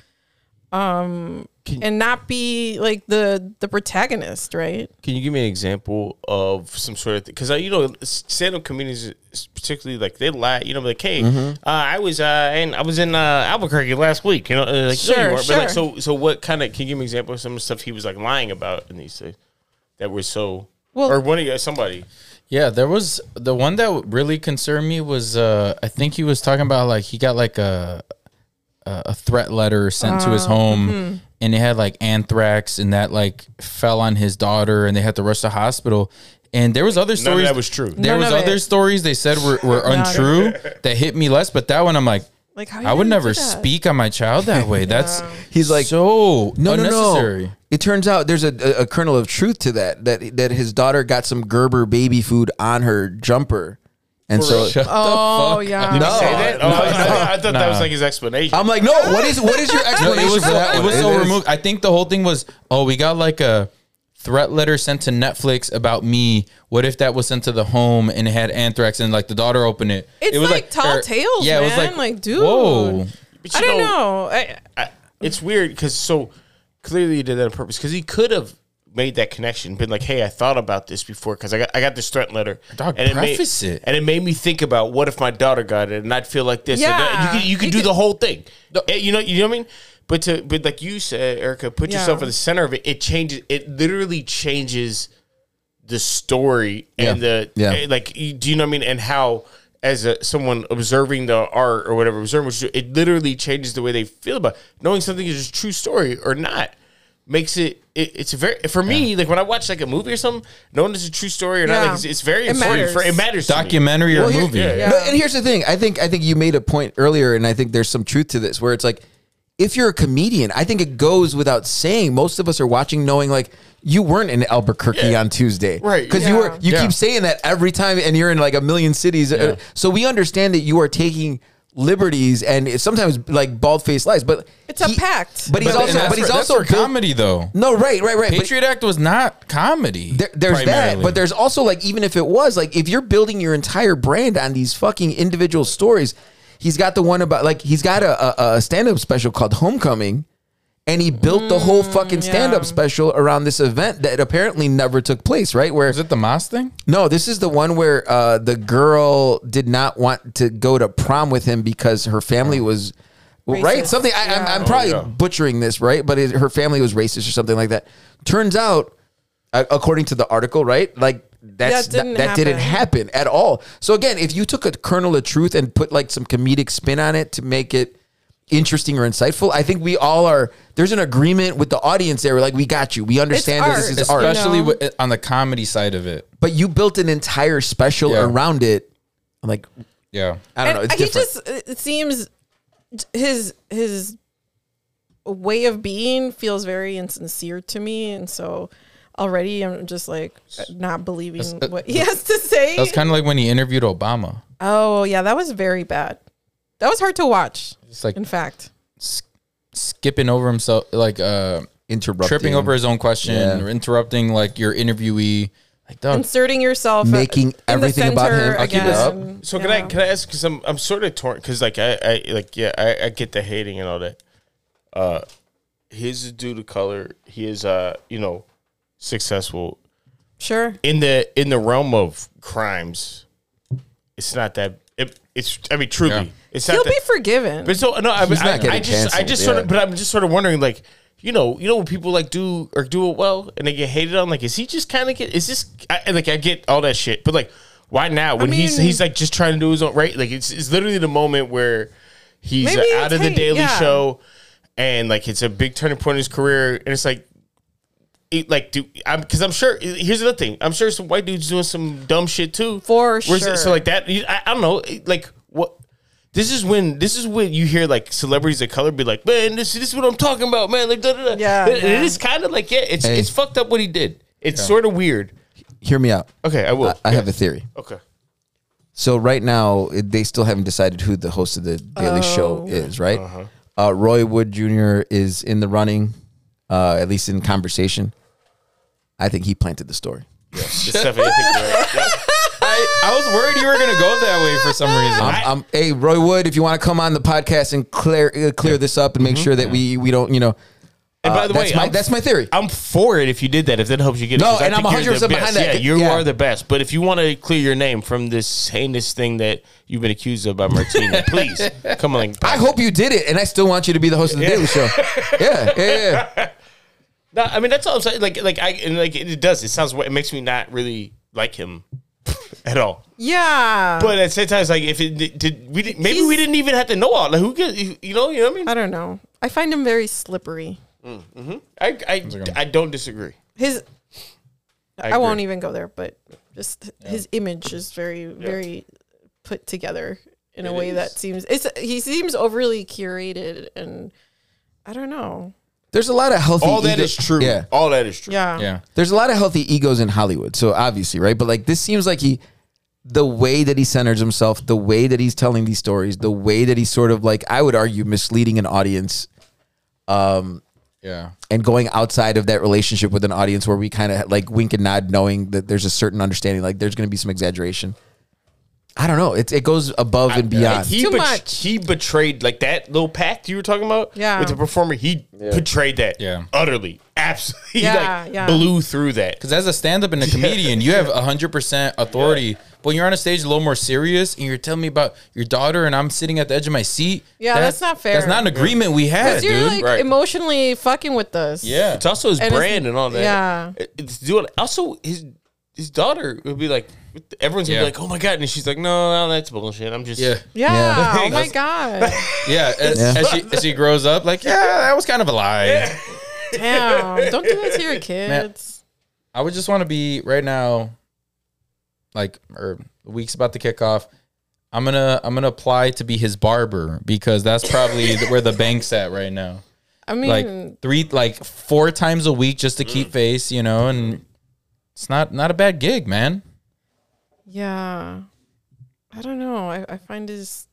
Speaker 2: um and not be like the the protagonist right
Speaker 3: Can you give me an example of some sort of because you know stand up comedians is particularly like they lie you know like hey
Speaker 4: Mm-hmm.
Speaker 3: uh, I was uh in, I was in uh, Albuquerque last week you know uh, like,
Speaker 2: Sure,
Speaker 3: you weren't, but like
Speaker 2: sure.
Speaker 3: so so what kind of can you give me an example of some of the stuff he was like lying about in these things that were so
Speaker 2: Well-
Speaker 3: or one of you somebody
Speaker 1: Yeah, there was the one that really concerned me was uh I think he was talking about like he got like a a a threat letter sent to his
Speaker 2: Ah,
Speaker 1: home
Speaker 2: mm-hmm.
Speaker 1: and it had like anthrax and that like fell on his daughter and they had to rush to hospital and there was other
Speaker 3: none
Speaker 1: stories
Speaker 3: of that was true
Speaker 1: There
Speaker 2: None
Speaker 1: was
Speaker 2: of
Speaker 1: other
Speaker 2: it.
Speaker 1: stories they said were, were untrue that hit me less, but that one I'm like
Speaker 2: like how
Speaker 1: I would
Speaker 2: did you
Speaker 1: never
Speaker 2: do that?
Speaker 1: speak on my child that way. That's
Speaker 4: He's like,
Speaker 1: so
Speaker 4: No, no,
Speaker 1: unnecessary.
Speaker 4: no. It turns out there's a, a, a kernel of truth to that, that that his daughter got some Gerber baby food on her jumper. And so
Speaker 1: Shut the
Speaker 2: oh
Speaker 1: fuck
Speaker 2: yeah
Speaker 4: No.
Speaker 3: Say that? Oh,
Speaker 1: No,
Speaker 3: I, thought- I thought that was like his explanation
Speaker 4: I'm like, no, what is what is your
Speaker 1: No,
Speaker 4: explanation
Speaker 1: it was
Speaker 4: for that
Speaker 1: so, it
Speaker 4: one?
Speaker 1: was so
Speaker 4: is-
Speaker 1: removed. I think the whole thing was, oh, we got like a threat letter sent to Netflix about me. What if that was sent to the home and it had anthrax and like the daughter opened it?
Speaker 2: It's
Speaker 1: it was er,
Speaker 2: like er, tall tales, man. Like, dude.
Speaker 3: But
Speaker 2: i
Speaker 3: you
Speaker 2: don't know I,
Speaker 3: I, it's weird because so clearly he did that on purpose because he could have made that connection, been like, "Hey, I thought about this before because I got I got this threat letter,
Speaker 1: Dog, preface
Speaker 3: made,
Speaker 1: it.
Speaker 3: and it made me think about what if my daughter got it and I'd feel like this. and that."
Speaker 2: Yeah.
Speaker 3: you could, you could
Speaker 2: You
Speaker 3: do
Speaker 2: could-
Speaker 3: the whole thing. Eh, You know, you know what I mean. But to but like you said, Erica, put
Speaker 2: Yeah.
Speaker 3: yourself at the center of it. It changes. It literally changes the story and the
Speaker 4: Yeah.
Speaker 3: eh, like. you- Do you know what I mean? And how as a someone observing the art or whatever, observing what you do, it literally changes the way they feel about it. knowing something is a true story or not. Makes it, it it's very for me like when I watch like a movie or something, knowing it's a true story or not,
Speaker 2: Yeah.
Speaker 3: like it's, it's very
Speaker 2: It
Speaker 3: important. For,
Speaker 2: matters.
Speaker 3: it matters. to me.
Speaker 1: documentary or
Speaker 4: here-
Speaker 1: movie.
Speaker 3: yeah, yeah.
Speaker 4: No, and here's the thing. I think I think you made a point earlier, and I think there's some truth to this, where it's like, if you're a comedian, I think it goes without saying. Most of us are watching, knowing like you weren't in Albuquerque
Speaker 3: Yeah.
Speaker 4: on Tuesday,
Speaker 3: Right.
Speaker 4: Because you
Speaker 2: Yeah.
Speaker 4: were. You
Speaker 1: Yeah.
Speaker 4: keep saying that every time, and you're in like a million cities. Uh, So we understand that you are taking liberties and sometimes like bald faced lies, but
Speaker 2: It's a pact.
Speaker 4: But he's
Speaker 1: But,
Speaker 4: also. But he's also built-
Speaker 1: comedy though.
Speaker 4: No, right, right, right. But-
Speaker 1: Patriot Act was not comedy.
Speaker 4: there, there's that,
Speaker 1: primarily.
Speaker 4: but there's also like even if it was like if you're building your entire brand on these fucking individual stories, he's got the one about like he's got a a, a stand up special called Homecoming, And he built the whole fucking stand up
Speaker 2: yeah.
Speaker 4: special around this event that apparently never took place, right? Where
Speaker 1: Is it the Moss thing?
Speaker 4: no, this is the one where uh, the girl did not want to go to prom with him because her family was well, right.
Speaker 2: Racist.
Speaker 4: Something I,
Speaker 2: Yeah.
Speaker 4: I'm, I'm probably
Speaker 3: yeah.
Speaker 4: butchering this, right? But it, her family was racist or something like that. Turns out, uh, according to the article, right, like.
Speaker 2: That
Speaker 4: That's, that,
Speaker 2: didn't
Speaker 4: that didn't
Speaker 2: happen.
Speaker 4: happen at all. So again, if you took a kernel of truth and put like some comedic spin on it to make it interesting or insightful, I think we all are. There's an agreement with the audience there. We're like, we got you. We understand that this
Speaker 2: art.
Speaker 4: is
Speaker 2: It's
Speaker 4: art
Speaker 1: Especially
Speaker 2: No.
Speaker 1: with, on the comedy side of it.
Speaker 4: but you built an entire special
Speaker 1: Yeah.
Speaker 4: around it. I'm like,
Speaker 1: Yeah.
Speaker 4: I don't know. It's
Speaker 2: he
Speaker 4: different.
Speaker 2: just it seems his his way of being feels very insincere to me, and so already I'm just like not believing
Speaker 4: uh,
Speaker 2: what he has to say.
Speaker 1: That was kind of like when he interviewed Obama.
Speaker 2: oh yeah, that was very bad. That was hard to watch.
Speaker 1: It's like
Speaker 2: In fact,
Speaker 1: skipping over himself, like uh,
Speaker 4: interrupting,
Speaker 1: tripping over his own question
Speaker 4: Yeah.
Speaker 1: or interrupting like your interviewee. Like, dog,
Speaker 2: inserting yourself,
Speaker 4: Making
Speaker 2: in the
Speaker 4: everything about him.
Speaker 2: center
Speaker 4: I'll keep it
Speaker 2: again.
Speaker 3: So can I
Speaker 2: Yeah.
Speaker 3: can I ask? Because I'm I'm sort of torn. Because like I, I like yeah I, I get the hating and all that. Uh, he's a dude of color. He is uh you know successful
Speaker 2: Sure.
Speaker 3: in the in the realm of crimes. It's not that it, it's I mean truly
Speaker 1: Yeah.
Speaker 3: it's
Speaker 2: He'll
Speaker 3: not that,
Speaker 2: be forgiven.
Speaker 3: But so no, I,
Speaker 4: He's
Speaker 3: I,
Speaker 4: not getting
Speaker 3: I just, I
Speaker 4: canceled,
Speaker 3: just sort
Speaker 4: yeah.
Speaker 3: of, but I'm just sort of wondering, like, you know, you know, when people like do or do it well and they get hated on, like, is he just kind of get? Is this I, and, like I get all that shit, but like, why now? When he's
Speaker 2: mean-
Speaker 3: he's like just trying to do his own right, like it's it's literally the moment where he's
Speaker 2: Maybe
Speaker 3: out
Speaker 2: it's
Speaker 3: of the
Speaker 2: hate,
Speaker 3: Daily
Speaker 2: yeah.
Speaker 3: Show, and like it's a big turning point in his career, and it's like. It, like, do I'm because I'm sure. Here's another thing. I'm sure some white dudes doing some dumb shit too.
Speaker 2: For
Speaker 3: Where's it-
Speaker 2: sure.
Speaker 3: So like that. you- I, I don't know. it- Like what? This is when this is when you hear like celebrities of color be like, man, this this is what I'm talking about, man. Like da da da.
Speaker 2: Yeah,
Speaker 3: And- and
Speaker 2: yeah.
Speaker 3: it is kind of like yeah, it's
Speaker 4: Hey.
Speaker 3: it's fucked up what he did. It's sort of weird.
Speaker 4: Hear me out.
Speaker 3: Okay, I will.
Speaker 4: I, I have a theory.
Speaker 3: okay.
Speaker 4: So right now, it- they still haven't decided who the host of the Daily Show
Speaker 2: Oh.
Speaker 4: is. Right?
Speaker 3: Uh-huh.
Speaker 4: uh Roy Wood Jr. is in the running, uh, at least in conversation. I think he planted the story.
Speaker 3: It's definitely- I think you're right. Yeah.
Speaker 1: I, I was worried you were going to go that way for some reason.
Speaker 4: I'm, I'm, hey, Roy Wood, if you want to come on the podcast and clear uh, clear this up and make sure that we we don't, you know.
Speaker 3: And Mm-hmm. by
Speaker 4: uh,
Speaker 3: the
Speaker 4: that's
Speaker 3: way,
Speaker 4: my,
Speaker 3: I'm-
Speaker 4: that's my theory.
Speaker 3: I'm for it if you did that. If that helps you get
Speaker 4: No,
Speaker 3: it, 'cause I
Speaker 4: and I'm
Speaker 3: think you're the
Speaker 4: 100%
Speaker 3: best.
Speaker 4: behind that.
Speaker 3: Yeah, you
Speaker 4: Yeah.
Speaker 3: are the best. But if you want to clear your name from this heinous thing that you've been accused of by Martina, please come on.
Speaker 4: I hope you did it, and I still want you to be the host of the Daily Show. Yeah, yeah, yeah.
Speaker 3: No, I mean that's all I'm saying. Like, like I and like it does. It sounds. It makes me not really like him at all.
Speaker 2: yeah.
Speaker 3: But at the same time, it's like if it did, did- we did, maybe we
Speaker 2: He's-
Speaker 3: didn't even have to know all. Like, who gives? You know, you know what I mean?
Speaker 2: I don't know. I find him very slippery.
Speaker 3: I I, I don't disagree.
Speaker 2: His
Speaker 3: I,
Speaker 2: I, won't
Speaker 3: agree.
Speaker 2: even go there, but just his image is very, very put together in a way that seems it's he seems overly curated and I don't know.
Speaker 4: There's a lot of healthy.
Speaker 3: All that
Speaker 4: ego-
Speaker 3: is true.
Speaker 4: Yeah,
Speaker 3: All that is true.
Speaker 2: Yeah.
Speaker 1: yeah.
Speaker 4: there's a lot of healthy egos in Hollywood. So obviously, right? But like this seems like he, the way that he centers himself, the way that he's telling these stories, the way that he's sort of like I would argue misleading an audience
Speaker 1: Yeah.
Speaker 4: and going outside of that relationship with an audience where we kind of like wink and nod, knowing that there's a certain understanding. Like there's going to be some exaggeration. I don't know. It it goes above and beyond.
Speaker 3: He
Speaker 2: Too
Speaker 3: bet-
Speaker 2: much.
Speaker 3: He betrayed like that little pact you were talking about.
Speaker 2: Yeah.
Speaker 3: With the performer, he betrayed that.
Speaker 1: Yeah.
Speaker 3: Utterly. Absolutely.
Speaker 2: Yeah,
Speaker 3: Yeah. Like,
Speaker 2: yeah.
Speaker 3: Blew through that.
Speaker 1: Because as a stand-up and a comedian, you have hundred percent authority. But when you're on a stage a little more serious, and you're telling me about your daughter, and I'm sitting at the edge of my seat.
Speaker 2: Yeah, that's not fair.
Speaker 1: That's not an agreement we had,
Speaker 2: Because you're
Speaker 1: dude.
Speaker 2: like
Speaker 3: right.
Speaker 2: emotionally fucking with us.
Speaker 1: yeah,
Speaker 3: It's also his
Speaker 2: And it's-
Speaker 3: brand and all that.
Speaker 2: yeah.
Speaker 3: It- It's doing also his his daughter would be like everyone's gonna
Speaker 1: Yeah.
Speaker 3: be like, Oh my god, and she's like, No, no, that's bullshit. I'm just
Speaker 1: yeah,
Speaker 2: Yeah.
Speaker 4: Yeah.
Speaker 2: Oh my god.
Speaker 1: yeah. As,
Speaker 4: Yeah.
Speaker 1: as she, as she grows up, like, yeah, that was kind of a lie.
Speaker 2: Damn. Don't do that to your kids.
Speaker 1: I would just want to be right now, like, or the week's about to kick off. I'm gonna I'm gonna apply to be his barber because that's probably where the bank's at right now.
Speaker 2: I mean
Speaker 1: like three like four times a week just to keep face you know and it's not not a bad gig man
Speaker 2: yeah. I don't know. I, I find his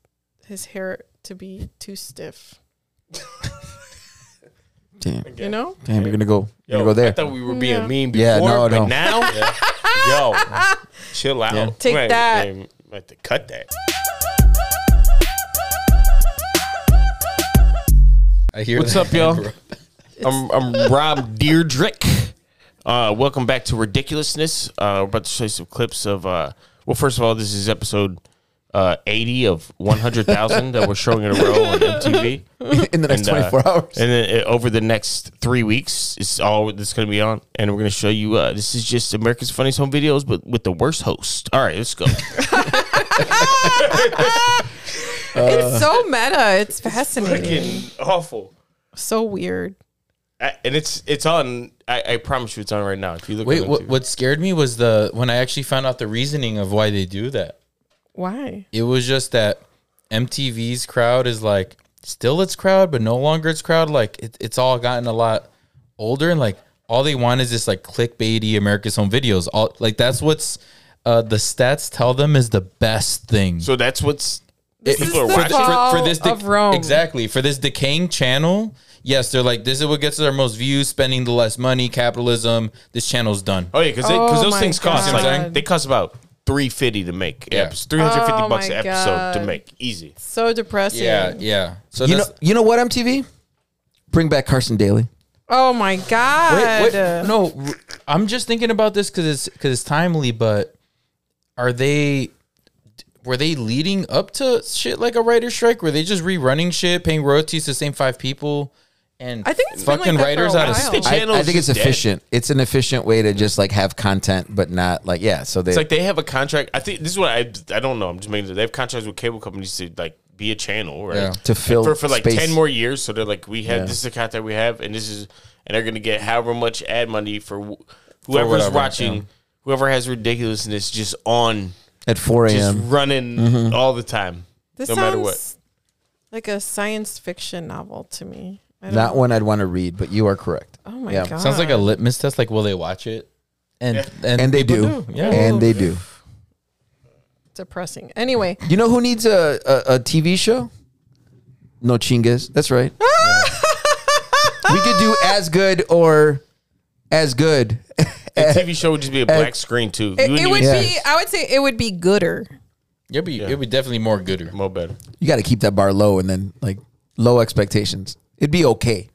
Speaker 2: his hair to be too stiff.
Speaker 4: damn,
Speaker 2: You know?
Speaker 4: damn, you're gonna go, you're
Speaker 3: Yo,
Speaker 4: gonna go there.
Speaker 3: I thought we were being
Speaker 2: No.
Speaker 3: mean before,
Speaker 4: Yeah, no,
Speaker 3: but
Speaker 4: no.
Speaker 3: now yo chill out.
Speaker 2: Take
Speaker 3: Wait,
Speaker 2: that.
Speaker 3: wait, I have to cut that.
Speaker 1: i hear
Speaker 3: What's
Speaker 1: that,
Speaker 3: up, y'all?
Speaker 1: bro.
Speaker 3: I'm, I'm Rob Deirdrick. Uh, welcome back to Ridiculousness. Uh, we're about to show you some clips of. Uh, well, first of all, this is episode uh, 80 of 100,000 that we're showing in a row on MTV.
Speaker 4: in the next
Speaker 3: And, uh,
Speaker 4: 24 hours.
Speaker 3: And then uh, over the next three weeks, it's all that's going to be on. And we're going to show you. Uh, this is just America's Funniest Home Videos, but with the worst host. All right, let's go.
Speaker 4: Uh,
Speaker 2: it's so meta. It's fascinating.
Speaker 3: Fucking awful.
Speaker 2: so weird.
Speaker 3: I, and it's it's on. I, I promise you, it's on right now. If you look,
Speaker 1: Wait,
Speaker 3: on
Speaker 1: what,
Speaker 3: MTV.
Speaker 1: what scared me was the when I actually found out the reasoning of why they do that.
Speaker 2: Why?
Speaker 1: It was just that MTV's crowd is like still its crowd, but no longer its crowd. Like it, it's all gotten a lot older, and like all they want is this like clickbaity America's Home Videos. All like that's what's uh, the stats tell them is the best thing.
Speaker 3: So that's what's
Speaker 2: This is
Speaker 3: people are
Speaker 2: the
Speaker 3: watching.
Speaker 2: fall.
Speaker 1: dec-
Speaker 2: of Rome.
Speaker 1: exactly for this decaying channel. Yes, they're like this is what gets us our most views, spending the less money, capitalism. This channel's done.
Speaker 3: Oh yeah, because because
Speaker 2: Oh
Speaker 3: those
Speaker 2: my
Speaker 3: things cost
Speaker 2: God.
Speaker 3: like they cost about three fifty to make.
Speaker 1: Yeah.
Speaker 3: Yeah, three hundred fifty
Speaker 2: Oh
Speaker 3: bucks an
Speaker 2: my
Speaker 3: episode to
Speaker 2: God.
Speaker 3: make easy.
Speaker 2: So depressing.
Speaker 1: Yeah, yeah. So
Speaker 4: You know,
Speaker 1: that's,
Speaker 4: you know what, MTV? Bring back Carson Daly.
Speaker 2: Oh my god.
Speaker 1: Wait, wait, no, r- I'm just thinking about this because it's because it's timely. But are they? Were they leading up to shit like a writer strike? Were they just rerunning shit, paying royalties to the same five people? And
Speaker 2: I think it's been
Speaker 1: fucking
Speaker 2: like that for
Speaker 1: writers
Speaker 2: a
Speaker 1: out of
Speaker 2: while.
Speaker 1: state.
Speaker 4: I,
Speaker 3: Channel's
Speaker 4: I think it's
Speaker 3: just dead.
Speaker 4: efficient. It's an efficient way to just like have content, but not like yeah. So they
Speaker 3: It's like they have a contract. I think this is what I I don't know. I'm just making. They have contracts with cable companies to like be a channel, right?
Speaker 1: Yeah.
Speaker 4: to fill
Speaker 3: for, for like
Speaker 4: space.
Speaker 3: 10 more years. So they're like, we have this is the contract we have, and this is, and they're going to get however much ad money for wh- whoever's
Speaker 1: whatever,
Speaker 3: watching,
Speaker 1: yeah.
Speaker 3: whoever has ridiculousness just on,
Speaker 4: at 4
Speaker 3: just
Speaker 4: a.m.
Speaker 3: running
Speaker 4: Mm-hmm.
Speaker 3: all the time,
Speaker 2: This
Speaker 3: no
Speaker 2: sounds
Speaker 3: matter what.
Speaker 2: like a science fiction novel to me. I don't-
Speaker 4: That one I'd want to read, but you are correct.
Speaker 2: oh my
Speaker 4: yeah.
Speaker 2: god.
Speaker 1: Sounds like a litmus test. Like, will they watch it? And and,
Speaker 4: And they
Speaker 1: people
Speaker 4: do.
Speaker 1: Yeah.
Speaker 4: And they do.
Speaker 2: depressing. Anyway,
Speaker 4: You know who needs a, a, a TV show? No chingas. That's right. we could do as good or as good.
Speaker 3: The
Speaker 4: Eh,
Speaker 3: TV show would just be a black screen too. You
Speaker 2: it,
Speaker 3: wouldn't
Speaker 2: it would
Speaker 3: even
Speaker 2: be. I would say it would be gooder.
Speaker 1: It'll be it'll be definitely more gooder.
Speaker 3: more better.
Speaker 4: you got to keep that bar low and then like low expectations. It'd be okay.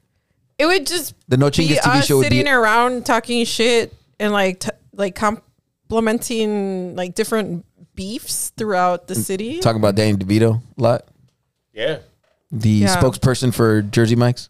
Speaker 2: It would just
Speaker 4: The No
Speaker 2: be
Speaker 4: Chingas TV
Speaker 2: us
Speaker 4: show would
Speaker 2: sitting
Speaker 4: be
Speaker 2: around talking shit and like t- like complimenting like different beefs throughout
Speaker 4: Mm,
Speaker 2: the city.
Speaker 4: talking about Danny DeVito a lot.
Speaker 3: Yeah.
Speaker 4: The
Speaker 2: Yeah.
Speaker 4: spokesperson for Jersey Mike's.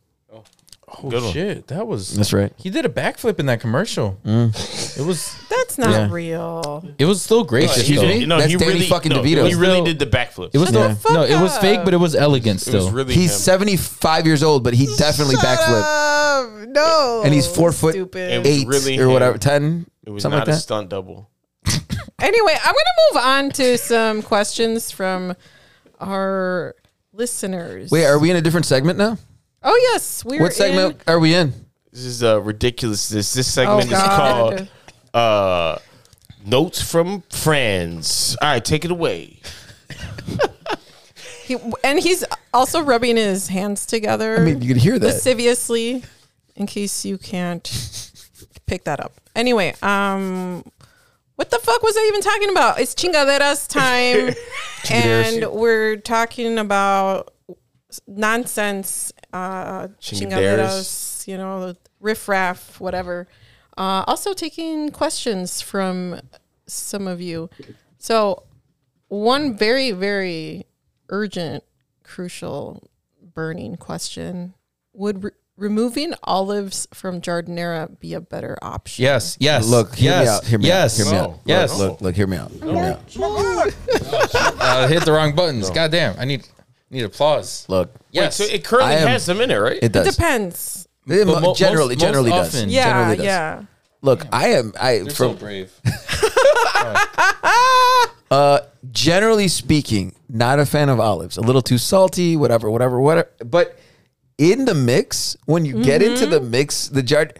Speaker 1: Oh
Speaker 3: Good one.
Speaker 1: shit, that was
Speaker 4: That's right. Mm.
Speaker 1: He did a backflip in that commercial. It was
Speaker 2: That's not
Speaker 4: Yeah.
Speaker 2: real.
Speaker 1: it was still gracious.
Speaker 4: Excuse
Speaker 1: though.
Speaker 4: me? That's Danny fucking
Speaker 3: no,
Speaker 4: DeVito.
Speaker 3: He really did the backflip.
Speaker 1: It was
Speaker 2: Shut
Speaker 1: no,
Speaker 2: the fuck
Speaker 1: no, it was fake,
Speaker 2: up.
Speaker 1: but it was elegant still.
Speaker 3: It was really
Speaker 4: He's
Speaker 3: him.
Speaker 4: 75 years old, but he definitely
Speaker 2: Shut
Speaker 4: backflipped.
Speaker 2: up. No.
Speaker 4: And he's four foot
Speaker 2: Stupid.
Speaker 3: It was
Speaker 4: Eight
Speaker 3: really
Speaker 4: or
Speaker 3: him.
Speaker 4: whatever, 10,
Speaker 3: It was
Speaker 4: something
Speaker 3: not
Speaker 4: like
Speaker 3: a
Speaker 4: that.
Speaker 3: stunt double.
Speaker 2: Anyway, I'm going to move on to some questions from our listeners.
Speaker 4: Wait, are we in a different segment now?
Speaker 2: Oh yes, we're
Speaker 4: what segment
Speaker 2: in-
Speaker 4: are we in?
Speaker 3: This is uh, ridiculousness. This segment is
Speaker 2: Oh, God.
Speaker 3: called uh, "Notes from Friends." All right, take it away.
Speaker 2: he, and he's also rubbing his hands together.
Speaker 4: I mean, you could hear that.
Speaker 2: lasciviously, in case you can't pick that up. Anyway, um, what the fuck was I even talking about? It's chingaderas time, and we're talking about nonsense, uh,
Speaker 3: Chingaderas.
Speaker 2: chingaderas, you know, riffraff, whatever. Uh, also taking questions from some of you. So, one very, very urgent, crucial, burning question would re- removing olives from jardinera be a better option?
Speaker 1: Yes, yes.
Speaker 4: Look, hear
Speaker 1: yes,
Speaker 4: me out. Hear me
Speaker 1: yes,
Speaker 4: out. Hear me
Speaker 1: yes.
Speaker 4: out. Look,
Speaker 1: yes.
Speaker 4: Look, look, hear me out. Hear me out.
Speaker 1: Uh, hit the wrong buttons. God damn, I need need applause.
Speaker 4: Look,
Speaker 1: Yes,
Speaker 3: so it currently
Speaker 4: I am-
Speaker 3: has them in it, right?
Speaker 4: it
Speaker 2: It
Speaker 4: does.
Speaker 2: depends.
Speaker 4: It mo-
Speaker 1: But mo-
Speaker 4: generally,
Speaker 1: most-
Speaker 4: generally
Speaker 1: most
Speaker 4: does.
Speaker 1: often.
Speaker 2: Yeah,
Speaker 4: generally does.
Speaker 2: yeah.
Speaker 4: Look, I am. I
Speaker 1: You're so
Speaker 4: from
Speaker 1: brave.
Speaker 4: generally speaking, not a fan of olives. A little too salty, whatever, whatever, whatever. But in the mix, when you get into the mix, the jar, it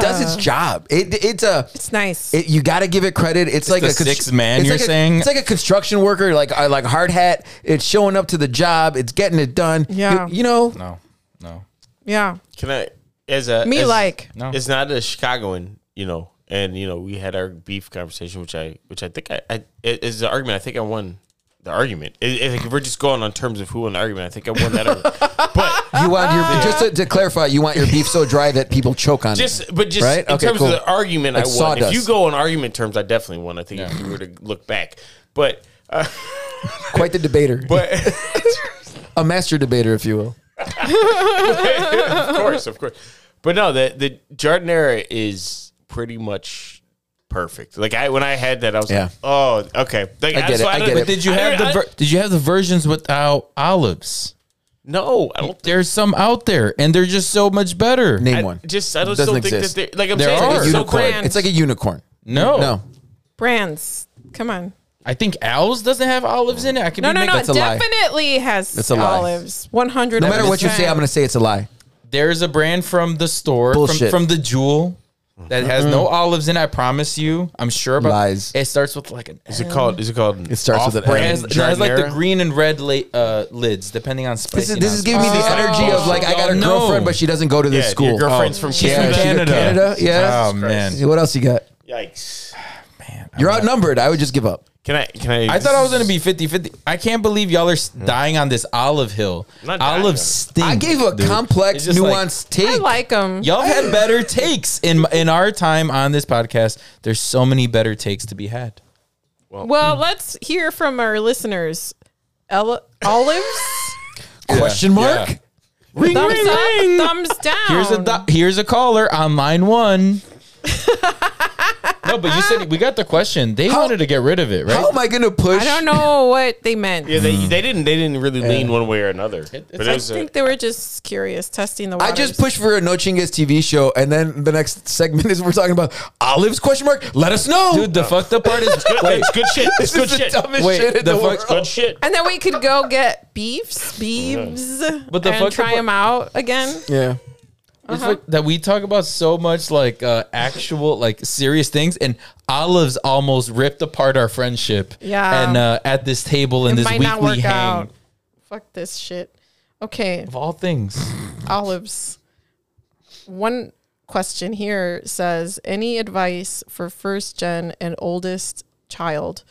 Speaker 4: does its
Speaker 2: Mm-hmm. Yeah.
Speaker 4: job. It it's a.
Speaker 2: It's nice.
Speaker 4: It, you got to give it credit. It's, like
Speaker 1: the
Speaker 4: a constr-
Speaker 1: sixth man,
Speaker 4: it's
Speaker 1: you're
Speaker 4: like a-
Speaker 1: saying?
Speaker 4: it's like a construction worker, like uh, like hard hat. It's showing up to the job. It's getting it done. You-
Speaker 2: Yeah.
Speaker 4: you, know.
Speaker 1: No, no.
Speaker 2: yeah.
Speaker 3: Can I, as a
Speaker 2: Me
Speaker 3: as-
Speaker 2: like.
Speaker 1: No.
Speaker 3: it's not a Chicagoan, you know. And you know, we had our beef conversation, which I, which I think I, I it is the argument. I think I won the argument. It, it- like if we're just going on terms of who won the argument, I think I won that. argument. But
Speaker 4: You want your
Speaker 2: Ah.
Speaker 4: just to, to clarify, you want your beef so dry that people choke on it.
Speaker 3: just but just
Speaker 4: Right?
Speaker 3: in
Speaker 4: Okay,
Speaker 3: terms
Speaker 4: cool.
Speaker 3: of the argument, I
Speaker 4: Like
Speaker 3: won.
Speaker 4: sawdust.
Speaker 3: If you go on argument terms, I definitely won. I think if you were to look back, but uh,
Speaker 4: Quite the debater,
Speaker 3: but.
Speaker 4: a master debater, if you will.
Speaker 3: of course, of course. But no, the the Jardinera is pretty much perfect. Like I when I had that, I was
Speaker 4: Yeah.
Speaker 3: like, oh, okay. Like,
Speaker 4: I get it, I get
Speaker 3: don't-
Speaker 4: it.
Speaker 1: Did you
Speaker 3: I
Speaker 1: have
Speaker 3: don't-
Speaker 1: the
Speaker 3: I-
Speaker 1: ver- Did you have the versions without olives?
Speaker 3: no? I don't.
Speaker 1: There's some out there, and they're just so much better.
Speaker 4: Name
Speaker 3: I
Speaker 4: one.
Speaker 3: just I just
Speaker 4: Doesn't
Speaker 3: don't think
Speaker 4: exist.
Speaker 3: that they're like I'm
Speaker 1: There
Speaker 3: saying.
Speaker 1: are.
Speaker 3: It's so
Speaker 4: unicorn.
Speaker 3: grand.
Speaker 2: grand.
Speaker 4: It's like a unicorn.
Speaker 1: No,
Speaker 4: No,
Speaker 2: Brands. Come on.
Speaker 1: I think Al's doesn't have olives in it. I can
Speaker 2: No,
Speaker 1: be
Speaker 2: no,
Speaker 1: make-
Speaker 2: no.
Speaker 4: that's a lie.
Speaker 2: Definitely has
Speaker 4: That's a lie.
Speaker 2: olives. 100
Speaker 4: no matter what you say, I'm going to say it's a lie.
Speaker 1: There's a brand from the store from,
Speaker 4: Bullshit.
Speaker 1: from the Jewel that has no olives in. it, I promise you. I'm sure about
Speaker 4: Lies.
Speaker 1: It starts with like an.
Speaker 3: Is it called? Is it called?
Speaker 4: It starts with an
Speaker 1: It
Speaker 4: M.
Speaker 1: has, it has like the
Speaker 3: Jardinera?
Speaker 1: green and red la- uh, lids, depending on
Speaker 4: This
Speaker 1: spice.
Speaker 4: is, this is giving me the energy of like I got a
Speaker 1: Y'all know.
Speaker 4: girlfriend, but she doesn't go to this
Speaker 3: Yeah,
Speaker 4: school.
Speaker 3: your girlfriend's from
Speaker 4: Oh, Yeah,
Speaker 3: Canada.
Speaker 4: she-
Speaker 1: Canada.
Speaker 4: Canada, yeah.
Speaker 1: Oh man,
Speaker 4: What else you got?
Speaker 3: Yikes!
Speaker 4: You're outnumbered. I would just give up.
Speaker 3: Can I? Can I?
Speaker 1: I thought I was gonna be 50-50. I can't believe y'all are s dying on this olive hill.
Speaker 3: Not dying on it.
Speaker 1: Olive stink.
Speaker 4: I gave a
Speaker 1: Mm. dude.
Speaker 4: complex,
Speaker 1: It's just like-
Speaker 4: nuanced
Speaker 2: I
Speaker 4: take.
Speaker 2: like them.
Speaker 1: Y'all had better takes in in our time on this podcast. There's so many better takes to be had.
Speaker 2: Well, let's hear from our listeners. Ele- olives?
Speaker 4: Question mark?
Speaker 1: Yeah.
Speaker 4: Ring,
Speaker 2: thumbs up, thumbs down.
Speaker 1: Here's
Speaker 4: Oh,
Speaker 1: a do- here's a caller on line one. no, but you said we got the question. They wanted to get rid of it, right?
Speaker 4: How am I going to push?
Speaker 2: I don't know what they meant.
Speaker 3: Yeah,
Speaker 4: Mm.
Speaker 3: they, they didn't. They didn't really lean one way or another. but it
Speaker 2: I
Speaker 3: was a-
Speaker 2: think they were just curious, testing the
Speaker 4: I
Speaker 2: waters.
Speaker 4: just pushed for a No Chingas TV show, and then the next segment is we're talking about olives? Question mark? Let us know.
Speaker 1: Dude, the fucked up part is
Speaker 3: good,
Speaker 1: wait,
Speaker 3: it's good shit. It's
Speaker 4: this
Speaker 3: good
Speaker 4: is
Speaker 3: shit.
Speaker 4: the dumbest
Speaker 1: Wait,
Speaker 4: shit in the,
Speaker 1: the
Speaker 4: world.
Speaker 1: fuck-
Speaker 3: Good shit.
Speaker 2: and then we could go get beefs, beeves,
Speaker 1: But the
Speaker 2: and
Speaker 1: fuck
Speaker 2: try
Speaker 1: about-
Speaker 2: them out again.
Speaker 4: Yeah.
Speaker 1: It's
Speaker 2: Uh-huh.
Speaker 1: like that we talk about so much like uh, actual like serious things, and olives almost ripped apart our friendship.
Speaker 2: Yeah.
Speaker 1: and uh, at this table and
Speaker 2: It
Speaker 1: this
Speaker 2: might
Speaker 1: weekly
Speaker 2: not work
Speaker 1: hang
Speaker 2: out. Fuck this shit. Okay,
Speaker 1: of all things.
Speaker 2: olives. One question here says any advice for first gen and oldest child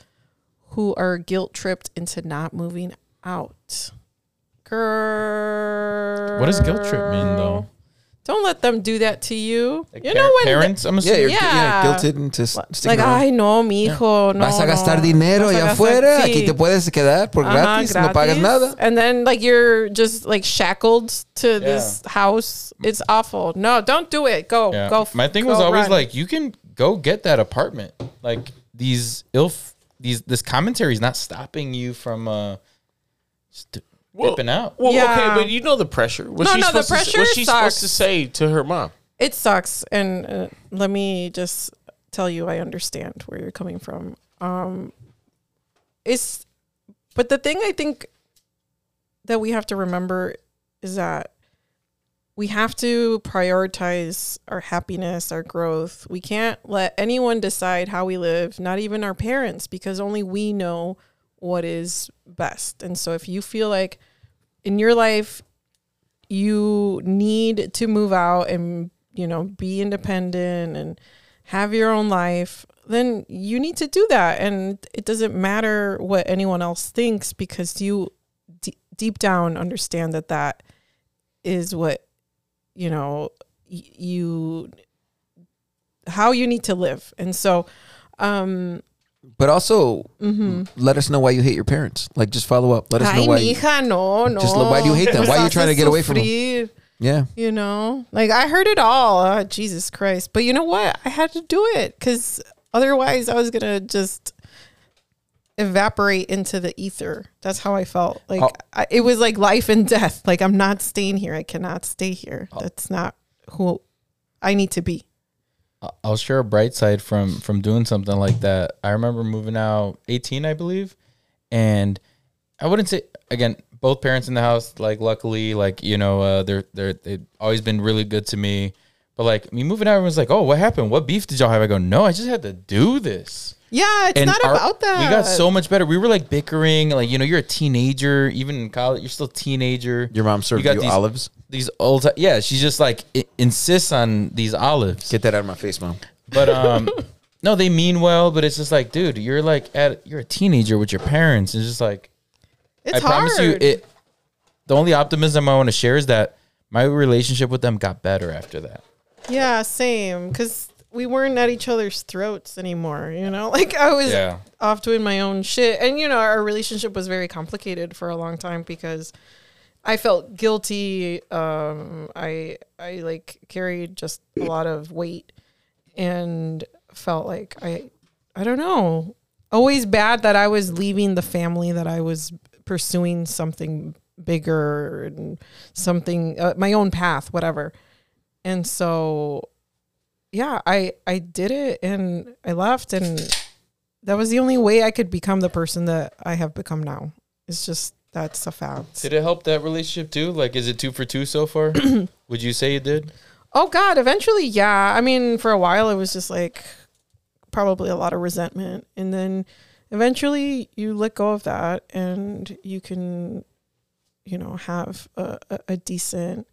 Speaker 2: who are guilt tripped into not moving out? Girl.
Speaker 1: What does guilt trip mean though?
Speaker 2: Don't let them do that to you. you
Speaker 1: Par-
Speaker 2: know when
Speaker 1: parents, I'm
Speaker 4: Yeah,
Speaker 1: assuming.
Speaker 4: you're gu-
Speaker 2: Yeah.
Speaker 4: yeah, guilted into s-
Speaker 2: Like,
Speaker 4: sticking around.
Speaker 2: ay, no, mi hijo, no.
Speaker 4: Vas a gastar
Speaker 2: no.
Speaker 4: dinero
Speaker 2: Vas a
Speaker 4: allá
Speaker 2: gastar-
Speaker 4: afuera.
Speaker 2: sí.
Speaker 4: Aquí te puedes quedar por
Speaker 2: Ajá,
Speaker 4: gratis. No pagas
Speaker 2: gratis.
Speaker 4: nada.
Speaker 2: And then, like, you're just like shackled to this house. It's awful. No, don't do it. Go,
Speaker 1: Yeah.
Speaker 2: go.
Speaker 1: My thing
Speaker 2: go
Speaker 1: was always
Speaker 2: run.
Speaker 1: like, you can go get that apartment. Like these ilf, these this commentary is not stopping you from uh st- dipping out.
Speaker 3: Well,
Speaker 2: Yeah.
Speaker 3: okay, but you know the pressure. Was
Speaker 2: No,
Speaker 3: she
Speaker 2: no, the
Speaker 3: supposed to say-
Speaker 2: pressure
Speaker 3: What's she supposed to
Speaker 2: sucks.
Speaker 3: say to her mom?
Speaker 2: it sucks. And uh, let me just tell you, I understand where you're coming from. Um, it's, but the thing I think that we have to remember is that we have to prioritize our happiness, our growth. We can't let anyone decide how we live, not even our parents, because only we know what is best. And so if you feel like in your life you need to move out and, you know, be independent and have your own life, then you need to do that. And it doesn't matter what anyone else thinks because you d- deep down understand that that is what you know y- you how you need to live and so um
Speaker 4: But also, let us know why you hate your parents. Like, just follow up. Let us know why. You,
Speaker 2: hija, no, no.
Speaker 4: Just lo- why do you hate them?
Speaker 2: Nos
Speaker 4: Why are you
Speaker 2: haces
Speaker 4: trying to get away from them?
Speaker 2: sufrir,
Speaker 4: yeah.
Speaker 2: you know like i heard it all Ah, jesus christ but you know what i had to do it because otherwise i was gonna just evaporate into the ether that's how i felt like
Speaker 1: Oh.
Speaker 2: I, it was like life and death like i'm not staying here i cannot stay here
Speaker 1: Oh.
Speaker 2: that's not who i need to be
Speaker 1: I- I'll share a bright side from from doing something like that. I remember moving out 18, I believe, and I wouldn't say again. Both parents in the house, like luckily, like you know, uh, they're they're they've always been really good to me. But like me moving out, everyone's like, "Oh, what happened? What beef did y'all have?" I go, "No, I just had to do this."
Speaker 2: yeah it's not
Speaker 1: our-
Speaker 2: about that
Speaker 1: We got so much better. We were like bickering, like you know, you're a teenager, even in college, you're still a teenager.
Speaker 4: Your mom served
Speaker 1: got
Speaker 4: you
Speaker 1: these-
Speaker 4: olives.
Speaker 1: These old, yeah, she just like I- insists on these olives.
Speaker 4: Get that out of my face, mom.
Speaker 1: But um, no, they mean well, but it's just like, dude, you're like at you're a teenager with your parents. It's just like
Speaker 2: It's
Speaker 1: I
Speaker 2: hard.
Speaker 1: promise you, it. The only optimism I want to share is that my relationship with them got better after that.
Speaker 2: yeah, same. Because we weren't at each other's throats anymore. You know, like I was
Speaker 1: Yeah.
Speaker 2: off doing my own shit, and you know, our relationship was very complicated for a long time because I felt guilty. Um, I I like carried just a lot of weight and felt like I I don't know always bad that I was leaving the family that I was pursuing something bigger and something uh, my own path whatever and so yeah I I did it and I left and that was the only way I could become the person that I have become now it's just that's a fact
Speaker 1: Did it help that relationship too? Like, is it two for two so far? Would you say it did?
Speaker 2: Oh God! Eventually, yeah. I mean, for a while, it was just like probably a lot of resentment, and then eventually you let go of that, and you can, you know, have a, a, a decent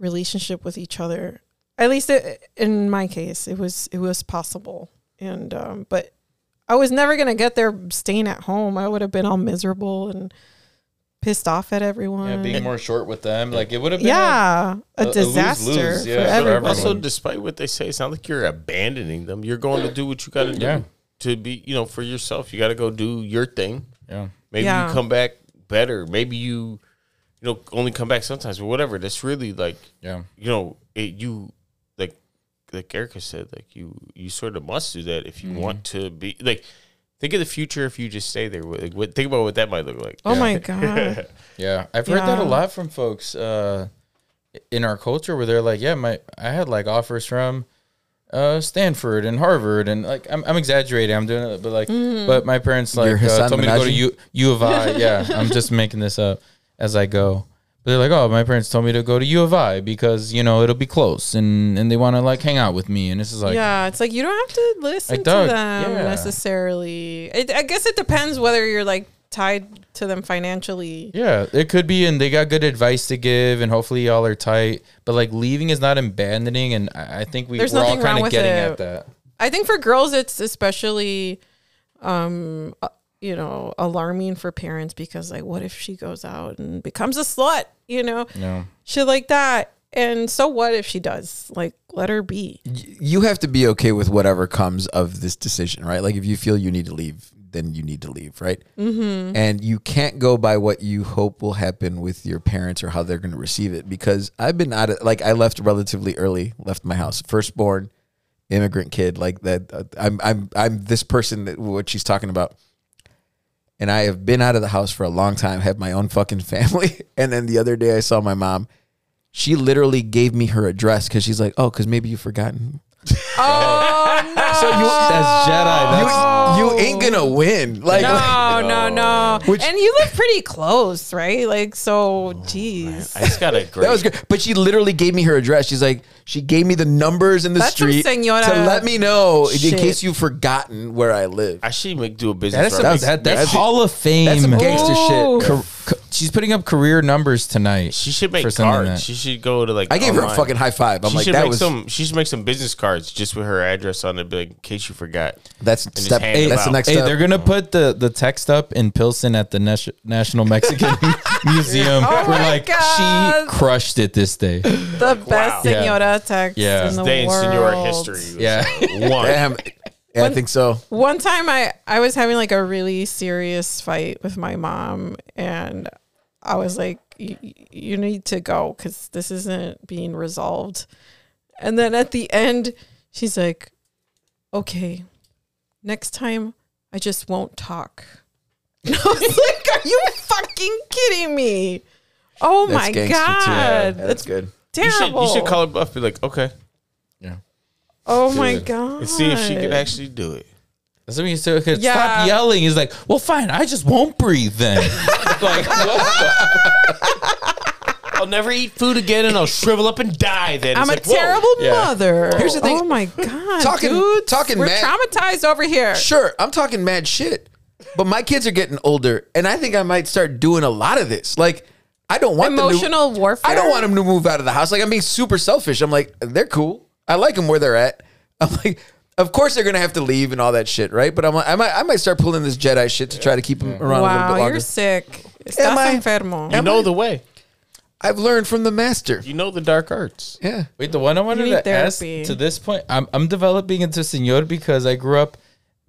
Speaker 2: relationship with each other. At least it, in my case, it was it was possible, and um, but I was never gonna get there staying at home. I would have been all miserable and pissed off at everyone.
Speaker 1: Yeah, being more short with them, like it would have been.
Speaker 2: Mm. Yeah,
Speaker 1: a- a
Speaker 2: a,
Speaker 1: lose-lose,
Speaker 2: disaster
Speaker 1: yeah,
Speaker 2: for
Speaker 1: for
Speaker 2: everyone.
Speaker 1: everyone.
Speaker 3: Also, despite what they say, it's not like you're abandoning them. You're going to do what you got to do
Speaker 1: Yeah.
Speaker 3: to be, you know, for yourself. You got to go do your thing.
Speaker 1: yeah.
Speaker 3: Maybe
Speaker 2: Yeah.
Speaker 3: you come back better. Maybe you, you know, only come back sometimes or whatever. That's really like,
Speaker 1: Yeah.
Speaker 3: you know, it, you like like Erica said, like you you sort of must do that if you
Speaker 2: Mm-hmm.
Speaker 3: want to be like. Think of the future if you just stay there. Like, what, think about what that might look like.
Speaker 2: Oh my god.
Speaker 1: Yeah, I've heard that a
Speaker 2: Yeah.
Speaker 1: lot from folks uh, in our culture where they're like, "Yeah, my I had like offers from uh, Stanford and Harvard, and like I'm, I'm exaggerating, I'm doing it, but like, but my parents
Speaker 4: You're
Speaker 1: like uh,
Speaker 4: Hassan
Speaker 1: told me to go to
Speaker 4: Minhajji?
Speaker 1: U, U of I. yeah, I'm just making this up as I go. But they're like, "Oh, my parents told me to go to U of I because you know it'll be close, and and they want to like hang out with me, and this is like,
Speaker 2: yeah, it's like you don't have to listen
Speaker 1: Like,
Speaker 2: to
Speaker 1: Doug,
Speaker 2: them
Speaker 1: yeah.
Speaker 2: necessarily. It, I guess it depends whether you're like tied to them financially.
Speaker 1: Yeah, it could be, and they got good advice to give, and hopefully y'all are tight. But like leaving is not abandoning, and I I think we,
Speaker 2: There's
Speaker 1: we're all
Speaker 2: nothing wrong
Speaker 1: kind of
Speaker 2: with
Speaker 1: getting
Speaker 2: it.
Speaker 1: at that.
Speaker 2: I think for girls, it's especially, um, uh, you know, alarming for parents because like, what if she goes out and becomes a slut? You know,
Speaker 1: No.
Speaker 2: shit like that. And so what if she does? Like, let her be.
Speaker 4: you have to be okay with whatever comes of this decision, right? Like if you feel you need to leave, then you need to leave, right? Mm-hmm. And you can't go by what you hope will happen with your parents or how they're going to receive it. Because I've been out of like I left relatively early, left my house, firstborn immigrant kid, like that. uh, I'm I'm I'm this person that what she's talking about. And I have been out of the house for a long time, have my own fucking family. And then the other day I saw my mom. She literally gave me her address because she's like, oh, because maybe you've forgotten.
Speaker 2: Oh no!
Speaker 4: So you
Speaker 1: That's Jedi. That's
Speaker 2: Oh.
Speaker 4: you, you ain't gonna win. Like,
Speaker 2: No, no, no.
Speaker 4: Oh, Which-
Speaker 2: and you live pretty close, right? Like, so, jeez.
Speaker 3: I just got a great.
Speaker 4: that was good. But she literally gave me her address. She's like, she gave me the numbers in the
Speaker 2: That's some
Speaker 4: street
Speaker 2: señora
Speaker 4: to let me know in
Speaker 2: shit.
Speaker 4: case you've forgotten where I live.
Speaker 3: I should make do a business.
Speaker 1: that's some,
Speaker 3: right
Speaker 4: was-
Speaker 3: now.
Speaker 1: that, that's
Speaker 4: that's-
Speaker 1: Hall of Fame.
Speaker 4: That's some gangster
Speaker 2: Ooh.
Speaker 4: shit.
Speaker 1: Ca- ca- she's putting up career numbers tonight.
Speaker 3: she should make
Speaker 1: for sending
Speaker 3: cards.
Speaker 1: that.
Speaker 3: She should go to like.
Speaker 4: I gave her a
Speaker 3: online.
Speaker 4: fucking high five. I'm
Speaker 3: Oh she
Speaker 4: like,
Speaker 3: should
Speaker 4: that
Speaker 3: make
Speaker 4: was
Speaker 3: some. She should make some business cards just with her address on it, like, in case you forgot.
Speaker 4: that's
Speaker 3: just
Speaker 4: step.
Speaker 3: hand them
Speaker 4: that's the
Speaker 3: out.
Speaker 4: next
Speaker 1: Hey,
Speaker 4: step.
Speaker 1: they're gonna put the, the text up in Pilsen at the Nas- National Mexican Museum.
Speaker 2: Oh
Speaker 1: We're
Speaker 2: my
Speaker 1: like,
Speaker 2: God.
Speaker 1: she crushed it this day.
Speaker 2: the best
Speaker 1: Yeah.
Speaker 2: senora text
Speaker 1: Yeah.
Speaker 2: in the
Speaker 3: They in
Speaker 2: world.
Speaker 3: senior history. was,
Speaker 1: Yeah.
Speaker 3: uh, one.
Speaker 4: Damn. Yeah, I think so.
Speaker 2: One time I, I was having like a really serious fight with my mom, and I was like, "Y- y- you need to go because this isn't being resolved. And then at the end, she's like, okay, next time I just won't talk. And I was like, are you fucking kidding me? Oh
Speaker 4: That's
Speaker 2: my
Speaker 4: gangster too.
Speaker 2: God.
Speaker 4: Yeah,
Speaker 2: That's
Speaker 4: that's good.
Speaker 3: You should,
Speaker 2: terrible.
Speaker 3: you should call her buff. Be like, okay,
Speaker 1: Yeah.
Speaker 2: Oh my
Speaker 1: Good.
Speaker 2: God.
Speaker 3: and see if she can actually do it.
Speaker 1: That's what you said. okay,
Speaker 2: Yeah.
Speaker 1: Stop yelling. He's like, well, fine. I just won't breathe then. like, what
Speaker 3: I'll never eat food again, and I'll shrivel up and die. Then
Speaker 2: I'm
Speaker 3: It's
Speaker 2: a
Speaker 3: like, whoa.
Speaker 2: terrible
Speaker 1: Yeah.
Speaker 2: mother.
Speaker 4: Here's the thing.
Speaker 2: Oh my god,
Speaker 4: Talking-
Speaker 2: dudes,
Speaker 4: talking
Speaker 2: We're
Speaker 4: mad-
Speaker 2: traumatized over here.
Speaker 4: Sure, I'm talking mad shit. But my kids are getting older, and I think I might start doing a lot of this. Like, I don't want them to-
Speaker 2: Emotional warfare.
Speaker 4: I don't want them to move out of the house. Like I'm being super selfish. I'm like, they're cool. I like them where they're at. I'm like, Of course, they're gonna have to leave and all that shit, right? But I'm like, I might, I might start pulling this Jedi shit to try to keep him around a little bit
Speaker 2: Wow,
Speaker 4: longer.
Speaker 2: you're sick. Estás
Speaker 4: Am I-
Speaker 2: enfermo.
Speaker 3: You know the way.
Speaker 4: I've learned from the master.
Speaker 3: You know the dark arts.
Speaker 4: Yeah.
Speaker 1: Wait, the one I wanted
Speaker 2: need
Speaker 1: to ask
Speaker 2: therapy.
Speaker 1: to this point, I'm I'm developing into senor because I grew up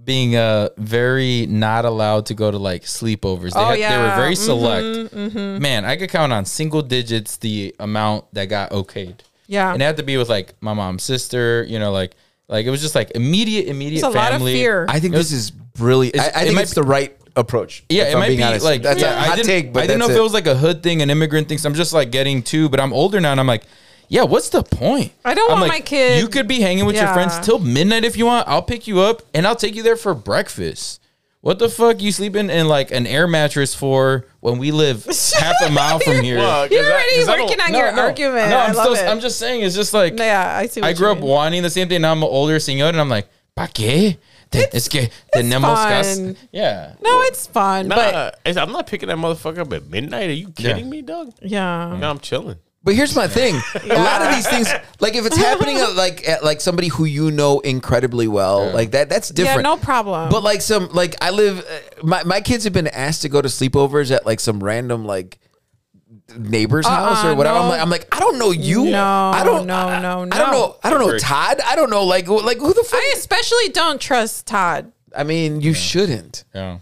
Speaker 1: being uh very not allowed to go to like sleepovers. They,
Speaker 2: Oh,
Speaker 1: they were
Speaker 2: yeah. mm-hmm.
Speaker 1: very select. Man, I could count on single digits the amount that got okayed.
Speaker 2: Yeah.
Speaker 1: and it had to be with like my mom's sister. You know, like like it was just like immediate, immediate
Speaker 2: It's a
Speaker 1: family.
Speaker 2: lot of fear.
Speaker 4: I think this is brilliant. I, I
Speaker 1: it
Speaker 4: think
Speaker 1: might
Speaker 4: it's
Speaker 1: be-
Speaker 4: the right approach.
Speaker 1: Yeah,
Speaker 4: if
Speaker 1: it
Speaker 4: I'm
Speaker 1: might
Speaker 4: being
Speaker 1: be
Speaker 4: honest.
Speaker 1: like
Speaker 4: that's
Speaker 1: yeah,
Speaker 4: a hot
Speaker 1: I didn't,
Speaker 4: take, but
Speaker 1: I didn't know
Speaker 4: that's
Speaker 1: if it was like a hood thing, an immigrant thing. So I'm just like getting too, but I'm older now, and I'm like, yeah, what's the point?
Speaker 2: I don't
Speaker 1: I'm
Speaker 2: want
Speaker 1: like,
Speaker 2: my kid-
Speaker 1: You could be hanging with your friends
Speaker 2: Yeah.
Speaker 1: till midnight if you want. I'll pick you up and I'll take you there for breakfast. What the fuck you sleeping in like an air mattress for when we live half a mile from here?
Speaker 3: Well, 'cause
Speaker 2: You're
Speaker 3: I-
Speaker 2: already
Speaker 3: 'cause I don't-
Speaker 2: working on your argument.
Speaker 1: No, I'm
Speaker 2: I love
Speaker 1: still,
Speaker 2: it.
Speaker 1: I'm just saying, it's just like
Speaker 2: Yeah, I see. What
Speaker 1: I grew
Speaker 2: you
Speaker 1: up
Speaker 2: mean.
Speaker 1: wanting the same thing. Now I'm an older senor, and I'm like, pa qué? Te- Es que tenemos casa.
Speaker 2: fine.
Speaker 1: Yeah.
Speaker 2: No, it's fun, but
Speaker 3: Nah, it's- I'm not picking that motherfucker up at midnight. Are you kidding me, dog?
Speaker 1: Mm.
Speaker 2: yeah,
Speaker 3: No, I'm chilling.
Speaker 4: But here's my thing: a lot of these things, like if it's happening at like at like somebody who you know incredibly well, like that, that's different.
Speaker 2: yeah, no problem.
Speaker 4: But like some like I live, uh, my my kids have been asked to go to sleepovers at like some random like neighbor's house or whatever. I'm
Speaker 2: Uh-uh, no.
Speaker 4: like I'm like I don't know you.
Speaker 2: No,
Speaker 4: I don't
Speaker 2: no,
Speaker 4: I-
Speaker 2: no,
Speaker 4: I
Speaker 2: no.
Speaker 4: don't know. I don't know Todd. I don't know like who- like who the fuck.
Speaker 2: I especially don't trust Todd.
Speaker 4: I mean, you shouldn't.
Speaker 1: Yeah.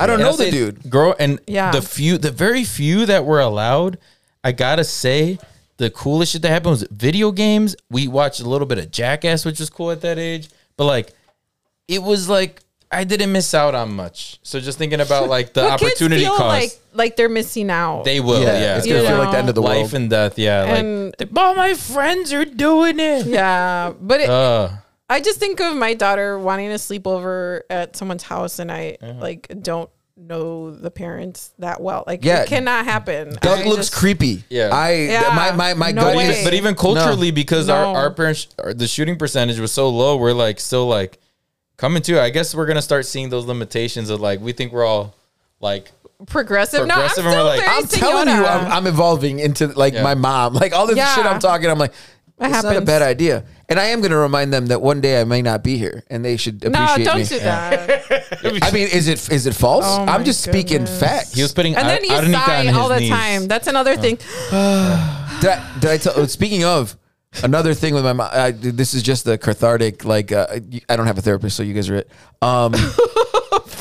Speaker 4: I don't know
Speaker 1: And
Speaker 4: the
Speaker 1: I'll say
Speaker 4: dude.
Speaker 1: Girl, and
Speaker 2: Yeah.
Speaker 1: the few, the very few that were allowed, I gotta say, the coolest shit that happened was video games. We watched a little bit of Jackass, which was cool at that age, but like, it was like I didn't miss out on much. So just thinking about like the
Speaker 2: But
Speaker 1: opportunity
Speaker 2: kids
Speaker 1: cost,
Speaker 2: feel like like they're missing out.
Speaker 1: they will, yeah,
Speaker 4: it's
Speaker 2: You
Speaker 4: gonna feel
Speaker 2: know.
Speaker 4: like the end of the
Speaker 1: life
Speaker 4: world.
Speaker 1: and death, yeah.
Speaker 2: And-
Speaker 1: like, all my friends are doing it.
Speaker 2: yeah, but it,
Speaker 1: Uh,
Speaker 2: I just think of my daughter wanting to sleep over at someone's house, and I like don't know the parents that well. Like,
Speaker 4: Yeah.
Speaker 2: it cannot happen.
Speaker 4: Doug
Speaker 2: I
Speaker 4: looks
Speaker 2: just-
Speaker 4: creepy.
Speaker 1: Yeah.
Speaker 4: I
Speaker 2: Yeah.
Speaker 4: my my my
Speaker 2: No
Speaker 4: gut
Speaker 1: But
Speaker 2: way.
Speaker 1: even, but even culturally, because
Speaker 2: Oh, No.
Speaker 1: our, our parents, our, the shooting percentage was so low, we're like still like coming to. I guess we're gonna start seeing those limitations of like we think we're all like
Speaker 2: progressive.
Speaker 1: Progressive,
Speaker 2: no,
Speaker 1: and
Speaker 2: I'm still
Speaker 1: we're like,
Speaker 2: very
Speaker 4: I'm telling you,
Speaker 2: senora.
Speaker 4: I'm, I'm evolving into like
Speaker 1: Yeah.
Speaker 4: my mom. Like all this
Speaker 2: Yeah.
Speaker 4: shit I'm talking, I'm like,
Speaker 2: That
Speaker 4: it's not a
Speaker 2: happens.
Speaker 4: bad idea. And I am going to remind them that one day I may not be here, and they should
Speaker 2: no,
Speaker 4: appreciate
Speaker 2: don't
Speaker 4: me.
Speaker 2: do that.
Speaker 4: I mean, is it is it false?
Speaker 2: Oh
Speaker 4: I'm
Speaker 2: my
Speaker 4: just speaking
Speaker 2: goodness.
Speaker 4: facts.
Speaker 1: he was putting
Speaker 2: And then
Speaker 1: Ar-
Speaker 2: you
Speaker 1: Arnica
Speaker 2: sigh
Speaker 1: on
Speaker 2: all
Speaker 1: his
Speaker 2: the
Speaker 1: knees.
Speaker 2: time. That's another
Speaker 4: Oh.
Speaker 2: thing.
Speaker 4: did I, did I tell? oh, Speaking of another thing with my mom, I, this is just the cathartic. Like uh, I don't have a therapist, so you guys are it. Um,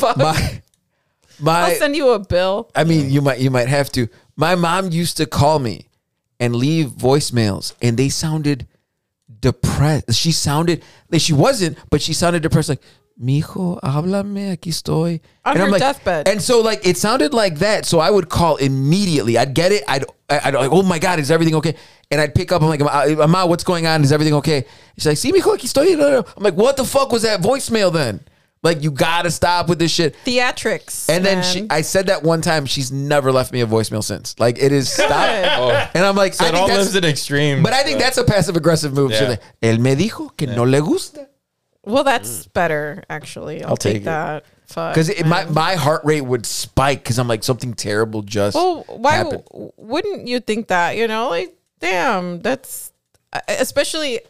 Speaker 4: My
Speaker 2: I'll
Speaker 4: my
Speaker 2: send you a bill.
Speaker 4: I mean, you might you might have to. My mom used to call me and leave voicemails, and they sounded depressed. She sounded like she wasn't, but she sounded depressed. Like, mijo, háblame, aquí estoy.
Speaker 2: On
Speaker 4: and
Speaker 2: her
Speaker 4: like,
Speaker 2: deathbed.
Speaker 4: And so, like, it sounded like that. So I would call immediately. I'd get it. I'd, I'd like, oh my god, is everything okay? And I'd pick up. I'm like, Mama, what's going on? Is everything okay? She's like, see, mijo, aquí estoy. I'm like, what the fuck was that voicemail then? Like, you gotta stop with this shit.
Speaker 2: Theatrics.
Speaker 4: And then
Speaker 2: man.
Speaker 4: she, I said that one time. She's never left me a voicemail since. Like it is stop. And I'm like,
Speaker 1: Oh. So
Speaker 4: I
Speaker 1: it
Speaker 4: think
Speaker 1: all
Speaker 4: that's,
Speaker 1: lives in extreme.
Speaker 4: but I think that's a passive aggressive move. She's
Speaker 1: Yeah.
Speaker 4: like, él me dijo que no le gusta.
Speaker 2: well, that's better actually. I'll, take,
Speaker 4: take it.
Speaker 2: that. Fuck.
Speaker 4: Because my
Speaker 2: man.
Speaker 4: my heart rate would spike because I'm like something terrible just.
Speaker 2: Well, why
Speaker 4: happened.
Speaker 2: w- wouldn't you think that? You know, like, damn, that's uh, especially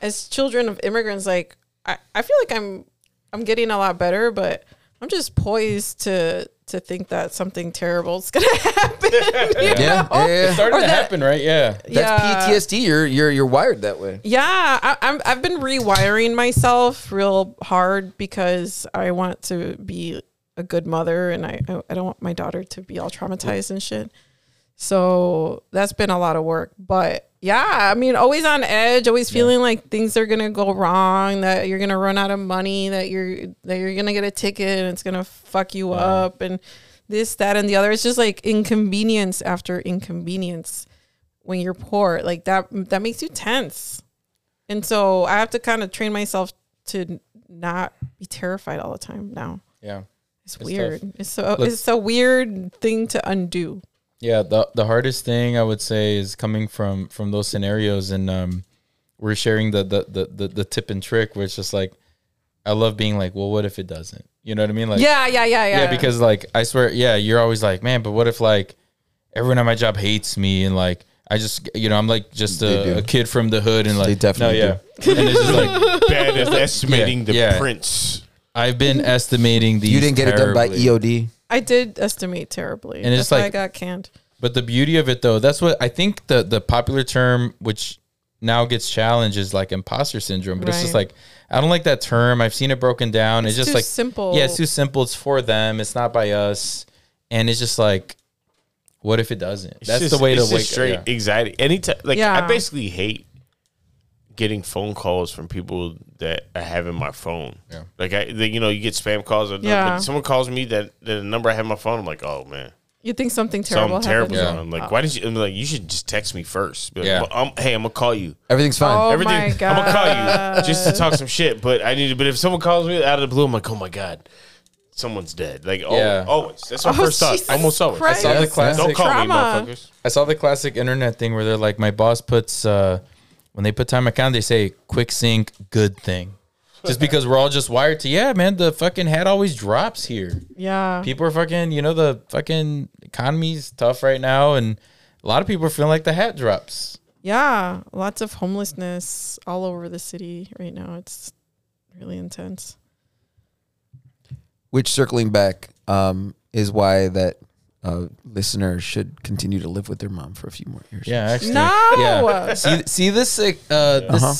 Speaker 2: as children of immigrants. Like, I, I feel like I'm I'm getting a lot better, but I'm just poised to to think that something terrible is gonna happen. you
Speaker 4: yeah,
Speaker 2: know?
Speaker 4: yeah, yeah.
Speaker 1: started
Speaker 2: or
Speaker 1: to
Speaker 2: that-
Speaker 1: happen, right? Yeah.
Speaker 2: Yeah.
Speaker 4: That's PTSD. You're you're you're wired that way.
Speaker 2: Yeah, I, I'm. I've been rewiring myself real hard because I want to be a good mother, and I I- I don't want my daughter to be all traumatized and shit. So that's been a lot of work, but yeah, I mean, always on edge, always feeling like things are gonna go wrong, that you're gonna run out of money, that you're that you're gonna get a ticket, and it's gonna fuck you up, and this, that, and the other. It's just like inconvenience after inconvenience when you're poor like that that makes you tense and so i have to kind of train myself to n- not be terrified all the time now
Speaker 1: Yeah.
Speaker 2: it's,
Speaker 1: tough.
Speaker 2: weird it's so
Speaker 1: Look-
Speaker 2: it's a weird thing to undo
Speaker 1: Yeah, the the hardest thing I would say is coming from from those scenarios, and um, we're sharing the the the the, the tip and trick, which is like, I love being like, well, what if it doesn't? You know what I mean? Like,
Speaker 2: yeah yeah yeah yeah
Speaker 1: yeah, because like I swear, yeah, you're always like, man, but what if like everyone at my job hates me and like I just, you know, I'm like just
Speaker 4: They do.
Speaker 1: a, a kid from the hood, and like,
Speaker 4: They definitely
Speaker 1: no, yeah. and it's just like
Speaker 3: Bad at estimating
Speaker 1: Yeah,
Speaker 3: the
Speaker 1: yeah.
Speaker 3: prints.
Speaker 1: I've been estimating these.
Speaker 4: You didn't get it done by E
Speaker 1: terribly.
Speaker 4: EOD.
Speaker 2: I did estimate terribly.
Speaker 1: And
Speaker 2: That's
Speaker 1: it's
Speaker 2: why I
Speaker 1: like-
Speaker 2: got canned.
Speaker 1: But the beauty of it, though, that's what I think the the popular term, which now gets challenged, is like imposter syndrome. But it's just
Speaker 2: Right.
Speaker 1: like I don't like that term. I've seen it broken down. It's, just
Speaker 2: too
Speaker 1: like
Speaker 2: simple.
Speaker 1: Yeah, it's too simple. It's for them. It's not by us. And it's just like, what if it doesn't?
Speaker 3: It's
Speaker 1: that's
Speaker 3: just-
Speaker 1: the way to
Speaker 3: it's just
Speaker 1: wake
Speaker 3: straight
Speaker 1: up.
Speaker 3: anxiety. Anytime, like
Speaker 2: Yeah.
Speaker 3: I basically hate getting phone calls from people that I have in my phone.
Speaker 1: Yeah.
Speaker 3: Like I, they, you know, you get spam calls. Or
Speaker 2: Yeah.
Speaker 3: yeah. Someone calls me that the number I have in my phone. I'm like, oh man,
Speaker 2: You think something terrible
Speaker 3: something terrible.
Speaker 2: happened?
Speaker 1: Yeah.
Speaker 3: going on. I'm like, why did you? I'm like, you should just text me first. Be like,
Speaker 1: Yeah.
Speaker 3: well, I'm, hey, I'm gonna call you.
Speaker 4: Everything's fine.
Speaker 2: Oh
Speaker 3: Everything.
Speaker 2: my god!
Speaker 3: I'm gonna call you just to talk some shit. But I need. to- But if someone calls me out of the blue, I'm like, oh my god, someone's dead. Like, oh,
Speaker 1: Yeah.
Speaker 3: always. That's
Speaker 2: Oh,
Speaker 3: my first thought.
Speaker 2: Jesus
Speaker 3: Almost always.
Speaker 2: Christ.
Speaker 1: I saw the
Speaker 4: That's- that's-
Speaker 1: classic.
Speaker 3: Don't call
Speaker 2: Trauma.
Speaker 3: me, motherfuckers.
Speaker 1: I saw the classic internet thing where they're like, my boss puts uh, when they put time account, they say quick sync, good thing, just because we're all just wired to. Yeah, man, the fucking hat always drops here.
Speaker 2: Yeah.
Speaker 1: People are fucking, you know, the fucking economy's tough right now, and a lot of people are feeling like the hat drops.
Speaker 2: Yeah, lots of homelessness all over the city right now. It's really intense.
Speaker 4: Which circling back um, is why that uh, listener should continue to live with their mom for a few more years.
Speaker 1: Yeah, actually,
Speaker 2: No.
Speaker 1: Yeah. See, see this uh, uh, this
Speaker 4: Uh-huh.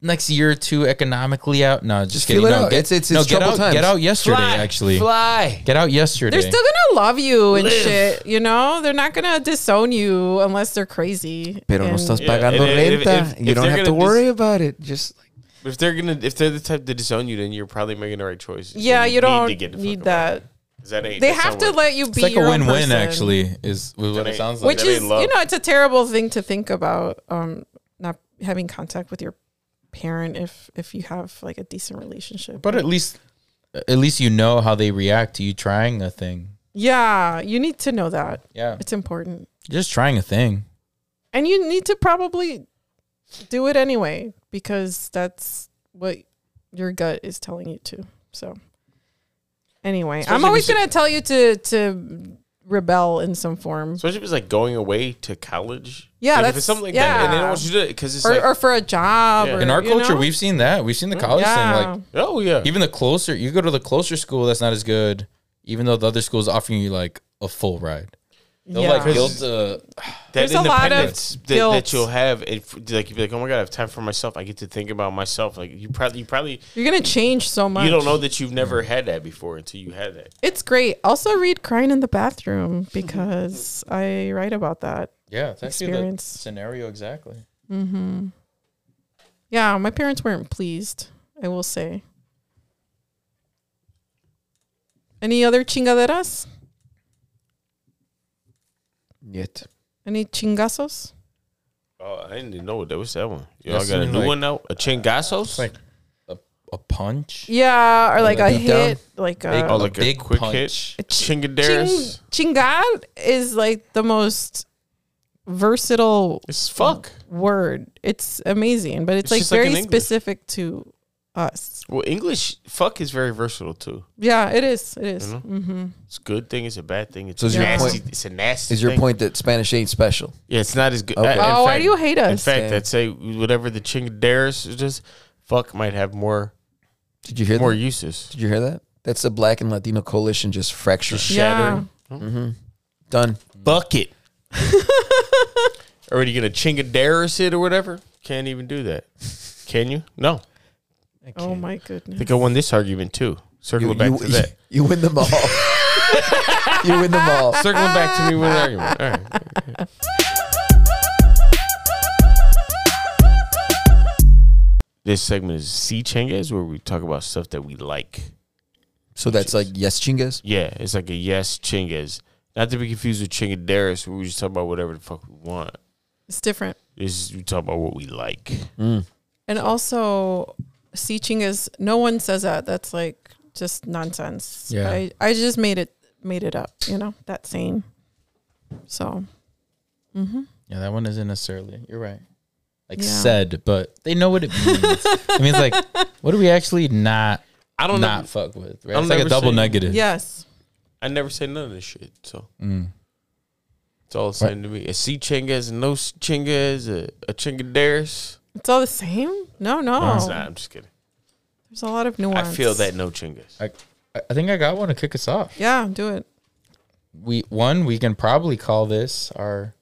Speaker 1: next year or two economically out. No, just,
Speaker 4: Just
Speaker 1: kidding.
Speaker 4: feel it
Speaker 1: no,
Speaker 4: out.
Speaker 1: Get,
Speaker 4: It's- it's-
Speaker 1: no,
Speaker 4: it's
Speaker 1: get
Speaker 4: troubled
Speaker 1: out.
Speaker 4: times.
Speaker 1: Get out yesterday. actually,
Speaker 4: fly.
Speaker 1: get out yesterday.
Speaker 2: They're still gonna love you and shit, you know? They're not gonna disown you unless they're crazy.
Speaker 4: Pero no
Speaker 2: And-
Speaker 4: estás
Speaker 3: Yeah,
Speaker 4: pagando
Speaker 3: and if- if-
Speaker 4: renta.
Speaker 3: if-
Speaker 4: you
Speaker 3: if
Speaker 4: don't
Speaker 3: they're
Speaker 4: have to
Speaker 3: gonna dis-
Speaker 4: worry about it. Just like,
Speaker 3: If they're gonna, if they're the type to disown you, then you're probably making the right choices.
Speaker 2: yeah, you
Speaker 3: need
Speaker 2: don't
Speaker 3: to get the fuck
Speaker 2: need
Speaker 3: away.
Speaker 2: that.
Speaker 3: 'Cause that ain't-
Speaker 2: They
Speaker 3: that's
Speaker 2: have
Speaker 3: not
Speaker 2: to
Speaker 3: what-
Speaker 2: let you be
Speaker 1: It's like a
Speaker 2: your own
Speaker 1: win-win.
Speaker 2: person.
Speaker 1: Actually, is what it
Speaker 3: ain't-
Speaker 1: sounds like.
Speaker 2: which
Speaker 3: That
Speaker 2: is
Speaker 3: ain't love.
Speaker 2: you know it's a terrible thing to think about um not having contact with your parent if if you have like a decent relationship
Speaker 1: But at least, at least you know how they react to you trying a thing.
Speaker 2: yeah you need to know that
Speaker 1: Yeah,
Speaker 2: it's important
Speaker 1: just trying a thing.
Speaker 2: and you need to probably do it anyway because that's what your gut is telling you to so anyway i'm
Speaker 3: Especially
Speaker 2: always
Speaker 3: if you-
Speaker 2: going to tell you to to rebel in some form
Speaker 3: Especially if it's like going away to college.
Speaker 2: Yeah,
Speaker 3: Like, if
Speaker 2: that's-
Speaker 3: it's something like
Speaker 2: yeah.
Speaker 3: that, and they don't want you to do it because it's
Speaker 2: or,
Speaker 3: like,
Speaker 2: or for a job
Speaker 3: Yeah.
Speaker 2: or,
Speaker 1: In our
Speaker 2: you
Speaker 1: culture,
Speaker 2: know?
Speaker 1: we've seen that. We've seen the college thing.
Speaker 2: yeah
Speaker 1: Like
Speaker 3: oh yeah,
Speaker 1: even the closer you go to the closer school, that's not as good. Even though the other school is offering you like a full ride, they'll
Speaker 2: yeah.
Speaker 1: like guilt. Uh,
Speaker 3: that
Speaker 2: There's a lot of
Speaker 3: that,
Speaker 2: guilt.
Speaker 3: that you'll have, and f- like you'll be like, oh my god, I have time for myself. I get to think about myself. Like you probably, you probably,
Speaker 2: You're gonna change so much.
Speaker 3: you don't know that you've never had that before until you had that.
Speaker 2: It's great. Also, read "Crying in the Bathroom" because I write about that.
Speaker 1: yeah, it's actually
Speaker 2: Experience.
Speaker 1: the scenario exactly.
Speaker 2: Yeah, my parents weren't pleased. I will say. Any other chingaderas?
Speaker 4: yet.
Speaker 2: Any chingazos?
Speaker 3: Oh, I didn't even know what that was. That one. Y'all
Speaker 1: That's
Speaker 3: got a
Speaker 1: something
Speaker 3: new
Speaker 1: like-
Speaker 3: one out. A chingasos.
Speaker 1: like a, a punch.
Speaker 2: Yeah, or like a
Speaker 4: Like a beatdown?
Speaker 2: hit, like
Speaker 1: Big-
Speaker 2: a
Speaker 3: oh, like a,
Speaker 1: big
Speaker 3: quick
Speaker 1: punch.
Speaker 3: hit.
Speaker 2: Ching-
Speaker 3: Chingaderas.
Speaker 2: Ching- chingad is like the most versatile
Speaker 3: It's fuck.
Speaker 2: word. It's amazing, but it's,
Speaker 3: It's
Speaker 2: like
Speaker 3: just like
Speaker 2: very
Speaker 3: in English.
Speaker 2: specific to us.
Speaker 3: Well, English fuck is very versatile too.
Speaker 2: Yeah, it is. It is.
Speaker 3: You know?
Speaker 2: Mm-hmm.
Speaker 3: It's a good thing. It's a bad thing. It's
Speaker 4: So is
Speaker 3: a
Speaker 2: your
Speaker 3: nasty.
Speaker 4: point-
Speaker 3: It's a nasty.
Speaker 4: Is your
Speaker 3: thing.
Speaker 4: point that Spanish ain't special?
Speaker 3: Yeah, it's not as good.
Speaker 4: Okay.
Speaker 3: I- in
Speaker 2: Oh, why
Speaker 3: fact-
Speaker 2: do you hate
Speaker 3: In
Speaker 2: us?
Speaker 3: fact,
Speaker 4: Damn.
Speaker 3: I'd say whatever the chingaderas is just fuck might have more
Speaker 4: Did you hear
Speaker 3: more
Speaker 4: that?
Speaker 3: uses.
Speaker 4: Did you hear that? That's the Black and Latino coalition just fractured.
Speaker 3: Shattering.
Speaker 4: Done.
Speaker 3: Bucket. Are you gonna chingaderas it or whatever? Can't even do that. Can you? No.
Speaker 2: Oh my goodness.
Speaker 3: I think I won this argument too. Circling back to that.
Speaker 4: you win them all. you win them all.
Speaker 3: Circling back to me with an argument. All right. This segment is C Chingas, where we talk about stuff that we like.
Speaker 4: So that's like yes, chingas.
Speaker 3: Yeah, it's like a yes Chingas. Not to be confused with Chingaderas, where we just talk about whatever the fuck we want.
Speaker 2: it's different.
Speaker 3: This is we talk about what we like. Mm.
Speaker 2: And also, teaching is no one says that. That's like just nonsense.
Speaker 1: Yeah.
Speaker 2: I, I just made it made it up. You know that saying. So, mm-hmm.
Speaker 1: Yeah, that one isn't necessarily. You're right. Like
Speaker 2: Yeah.
Speaker 1: said, but they know what it means. it means like, what do we actually not
Speaker 3: I don't
Speaker 1: not
Speaker 3: know.
Speaker 1: fuck with? Right?
Speaker 3: I'll
Speaker 1: It's like a
Speaker 3: never
Speaker 1: double
Speaker 3: say-
Speaker 1: negative.
Speaker 2: yes,
Speaker 3: I never say none of this shit. So
Speaker 1: Mm.
Speaker 3: It's all the same to me. A sea chingas, a no chingas, a, a chingaderas.
Speaker 2: It's all the same? No, no.
Speaker 3: It's not. I'm just kidding.
Speaker 2: There's a lot of nuance.
Speaker 3: I feel that no chingas.
Speaker 1: I, I think I got one to kick us off.
Speaker 2: Yeah, do it.
Speaker 1: we one we can probably call this our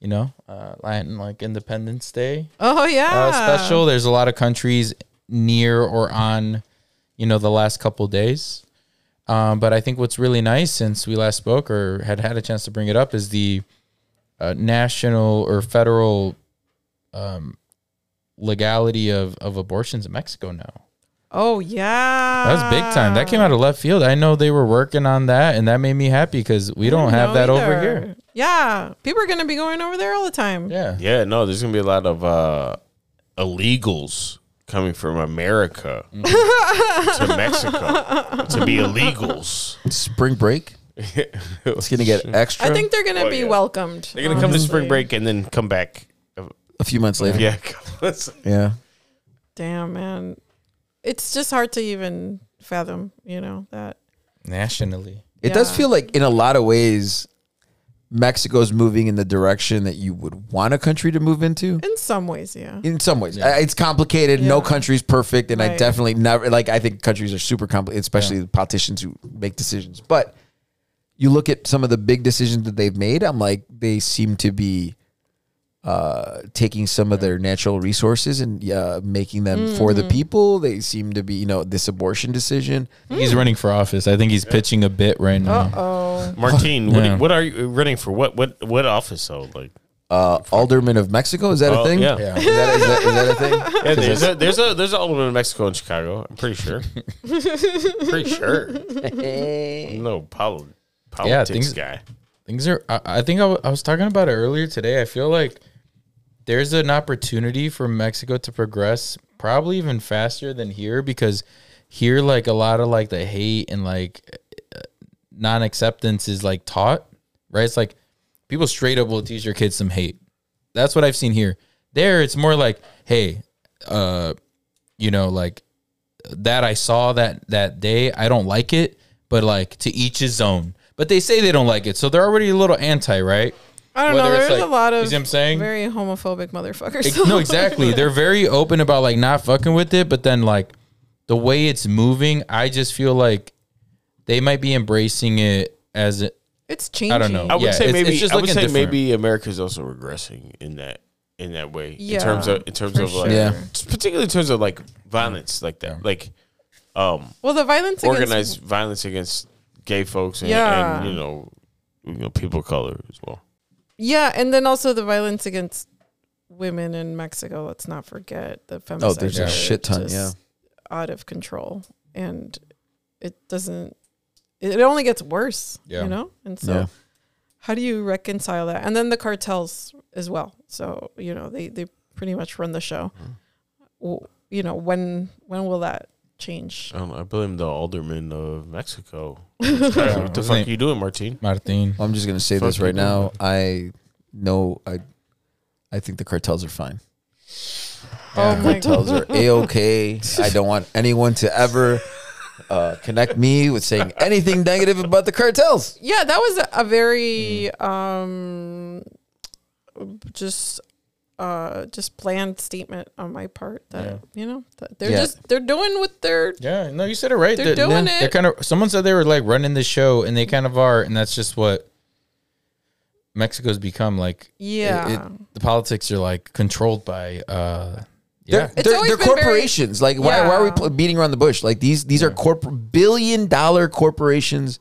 Speaker 1: you know uh latin like independence day
Speaker 2: Oh yeah.
Speaker 1: uh, special there's a lot of countries near or on you know the last couple days um but i think what's really nice since we last spoke or had had a chance to bring it up is the uh, national or federal um legality of of abortions in mexico now
Speaker 2: Oh yeah.
Speaker 1: that was big time that came out of left field i know they were working on that and that made me happy because we don't have that over here
Speaker 2: Yeah, people are gonna be going over there all the time.
Speaker 1: Yeah.
Speaker 3: Yeah, no, there's gonna be a lot of uh, illegals coming from America to Mexico to be illegals.
Speaker 4: Spring break. It's gonna get extra.
Speaker 2: I think they're gonna be
Speaker 3: yeah.
Speaker 2: welcomed.
Speaker 3: They're gonna come to spring break and then come back.
Speaker 4: a few months later.
Speaker 3: Yeah,
Speaker 4: Yeah.
Speaker 2: Damn man, it's just hard to even fathom. You know that.
Speaker 1: Nationally.
Speaker 4: It does
Speaker 2: Yeah.
Speaker 4: feel like in a lot of ways Mexico's moving in the direction that you would want a country to move into.
Speaker 2: In some ways, yeah.
Speaker 4: In some ways, I- it's complicated. No
Speaker 2: Yeah.
Speaker 4: country's perfect, and I
Speaker 2: Right.
Speaker 4: definitely never like. I think countries are super complicated, especially the politicians who make decisions. But you look at some of the big decisions that they've made. I'm like, they seem to be uh, taking some of their natural resources and uh, making them for
Speaker 2: Mm-hmm.
Speaker 4: the people. They seem to be, you know, this abortion decision.
Speaker 1: He's running for office. I think he's pitching a bit right now.
Speaker 2: Oh,
Speaker 3: Martine, what,
Speaker 1: Yeah.
Speaker 3: what are you running for? What what what office though? Like,
Speaker 4: Uh, alderman of Mexico is that a
Speaker 3: Oh,
Speaker 4: thing?
Speaker 3: yeah.
Speaker 1: Yeah.
Speaker 4: Is, that, is, that, is that a thing?
Speaker 3: yeah, there's a, there's a there's an alderman in Mexico and Chicago. I'm pretty sure. pretty sure. No poli-
Speaker 1: Yeah,
Speaker 3: politics
Speaker 1: things-
Speaker 3: guy.
Speaker 1: Things are, I, I think I wa- I was talking about it earlier today. I feel like there's an opportunity for Mexico to progress probably even faster than here because here, like, a lot of like the hate and like non acceptance is like taught, right? It's like people straight up will teach your kids some hate. That's what I've seen here. There, it's more like, hey, uh, you know, like that I saw that that day. I don't like it, but like to each his own. But they say they don't like it, so they're already a little anti, right?
Speaker 2: I don't know.
Speaker 1: Whether it's
Speaker 2: There's
Speaker 1: like-
Speaker 2: a lot
Speaker 1: you
Speaker 2: of
Speaker 1: see what I'm saying?
Speaker 2: very homophobic motherfuckers.
Speaker 1: Ex- no, exactly. They're very open about like not fucking with it, but then like the way it's moving, I just feel like they might be embracing it as a,
Speaker 2: it's changing.
Speaker 1: don't know.
Speaker 3: I would
Speaker 1: Yeah,
Speaker 3: say
Speaker 1: it's-
Speaker 3: maybe.
Speaker 1: it's just
Speaker 3: I would
Speaker 1: looking
Speaker 3: say
Speaker 1: different.
Speaker 3: maybe America's also regressing in that in that way.
Speaker 2: Yeah,
Speaker 3: in terms of in terms
Speaker 2: for
Speaker 3: of like,
Speaker 2: sure.
Speaker 4: Yeah.
Speaker 3: particularly in terms of like violence like that, like um
Speaker 2: Well, the violence
Speaker 3: organized
Speaker 2: against
Speaker 3: violence against gay folks and,
Speaker 2: Yeah.
Speaker 3: and you know you know people of color as well.
Speaker 2: yeah, and then also the violence against women in Mexico. Let's not forget the femicide.
Speaker 4: Oh, there's
Speaker 1: a
Speaker 2: rate
Speaker 4: shit ton,
Speaker 2: is
Speaker 4: yeah.
Speaker 2: out of control, and it doesn't. It only gets worse,
Speaker 1: Yeah.
Speaker 2: you know. And so,
Speaker 4: Yeah.
Speaker 2: how do you reconcile that? And then the cartels as well. So you know they they pretty much run the show. W You know when when will that change?
Speaker 3: I don't know, Um, I blame the alderman of Mexico. what the
Speaker 1: His
Speaker 3: fuck
Speaker 1: name-
Speaker 3: you doing, Martine?
Speaker 1: Martin.
Speaker 4: I'm just gonna say this
Speaker 3: Fuck
Speaker 4: right
Speaker 3: you,
Speaker 4: now. I know. I I think the cartels are fine.
Speaker 2: Oh my god!
Speaker 4: Cartels are a okay. I don't want anyone to ever uh, connect me with saying anything negative about the cartels.
Speaker 2: Yeah, that was a very um just uh just planned statement on my part that you know that they're
Speaker 4: Yeah.
Speaker 2: just they're doing what they're
Speaker 1: Yeah, no, you said it right.
Speaker 2: They're doing it.
Speaker 1: They're kind of. Someone said they were like running the show, and they kind of are, and that's just what Mexico's become. Like, it-
Speaker 2: yeah.
Speaker 1: it- the politics are like controlled by. uh
Speaker 4: They're,
Speaker 1: Yeah,
Speaker 2: It's
Speaker 4: they're,
Speaker 2: always
Speaker 4: they're
Speaker 2: been very-
Speaker 4: corporations. like, why, why are we
Speaker 2: Yeah.
Speaker 4: pl- beating around the bush? Like these these are corp- billion dollar corporations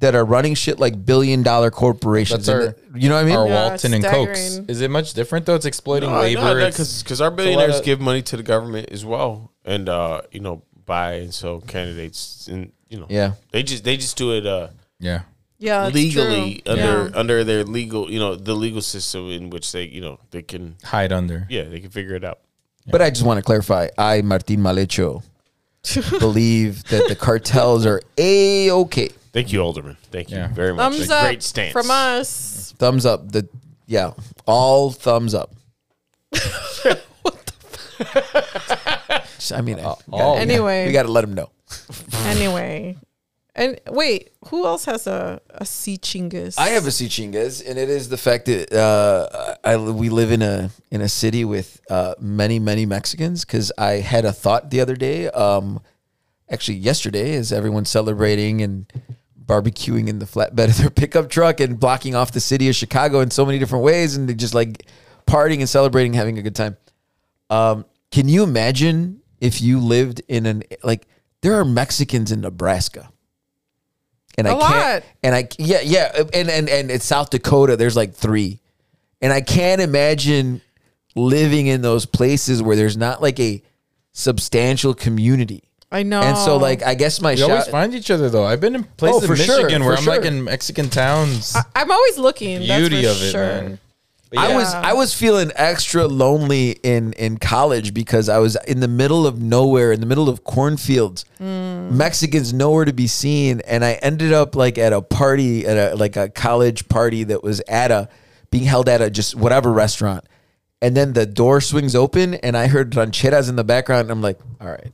Speaker 4: that are running shit like billion dollar corporations.
Speaker 1: That's our-
Speaker 4: And the- you know what I mean?
Speaker 1: our
Speaker 2: Yeah,
Speaker 1: Walton and Cokes.
Speaker 2: staggering.
Speaker 1: Is it much different though? It's
Speaker 3: Uh,
Speaker 1: exploiting labor. it's-
Speaker 3: because our billionaires
Speaker 1: of-
Speaker 3: give money to the government as well, and uh, you know buy and sell candidates, and you know
Speaker 4: Yeah.
Speaker 3: they just they just do it uh,
Speaker 1: yeah,
Speaker 2: yeah, that's
Speaker 3: legally
Speaker 2: true.
Speaker 3: under
Speaker 2: Yeah.
Speaker 3: under their legal you know the legal system in which they you know they can
Speaker 1: hide under.
Speaker 3: yeah they can figure it out.
Speaker 4: But I just want to clarify. I, Martin Malecho, believe that the cartels are a okay.
Speaker 3: Thank you, Alderman. Thank you
Speaker 1: Yeah.
Speaker 3: very much.
Speaker 2: thumbs
Speaker 3: A
Speaker 2: up
Speaker 3: great stance
Speaker 2: from us.
Speaker 4: Thumbs up. The yeah, all thumbs up. what Uh, the? I mean, I-
Speaker 1: all-
Speaker 4: we
Speaker 2: Anyway.
Speaker 4: gotta let them know.
Speaker 2: Anyway, And wait, who else has a a sea chingus?
Speaker 4: I have a sea chingas, and it is the fact that uh, I we live in a in a city with uh, many many Mexicans. Because I had a thought the other day, um, actually yesterday, as everyone's celebrating and barbecuing in the flatbed of their pickup truck and blocking off the city of Chicago in so many different ways, and they're just like partying and celebrating, having a good time. Um, can you imagine if you lived in an like there are Mexicans in Nebraska? And I
Speaker 2: A lot.
Speaker 4: can't and I yeah, yeah, and and and it's South Dakota, there's like 3. And I can't imagine living in those places where there's not like a substantial community.
Speaker 2: I know.
Speaker 4: And so like I guess my
Speaker 1: We always
Speaker 4: shot
Speaker 1: find each other though. I've been in places in
Speaker 4: for sure,
Speaker 1: Michigan where
Speaker 4: for
Speaker 1: I'm like
Speaker 4: sure.
Speaker 1: in Mexican towns.
Speaker 2: I'm always looking.
Speaker 1: Beauty
Speaker 2: that's
Speaker 1: of
Speaker 2: for
Speaker 1: it,
Speaker 2: sure.
Speaker 1: man. But
Speaker 4: I
Speaker 1: yeah.
Speaker 4: was I was feeling extra lonely in in college because I was in the middle of nowhere, in the middle of cornfields,
Speaker 2: Mm.
Speaker 4: Mexicans nowhere to be seen, and I ended up like at a party at a like a college party that was at a being held at a just whatever restaurant, and then the door swings open and I heard rancheras in the background, and I'm like, all right,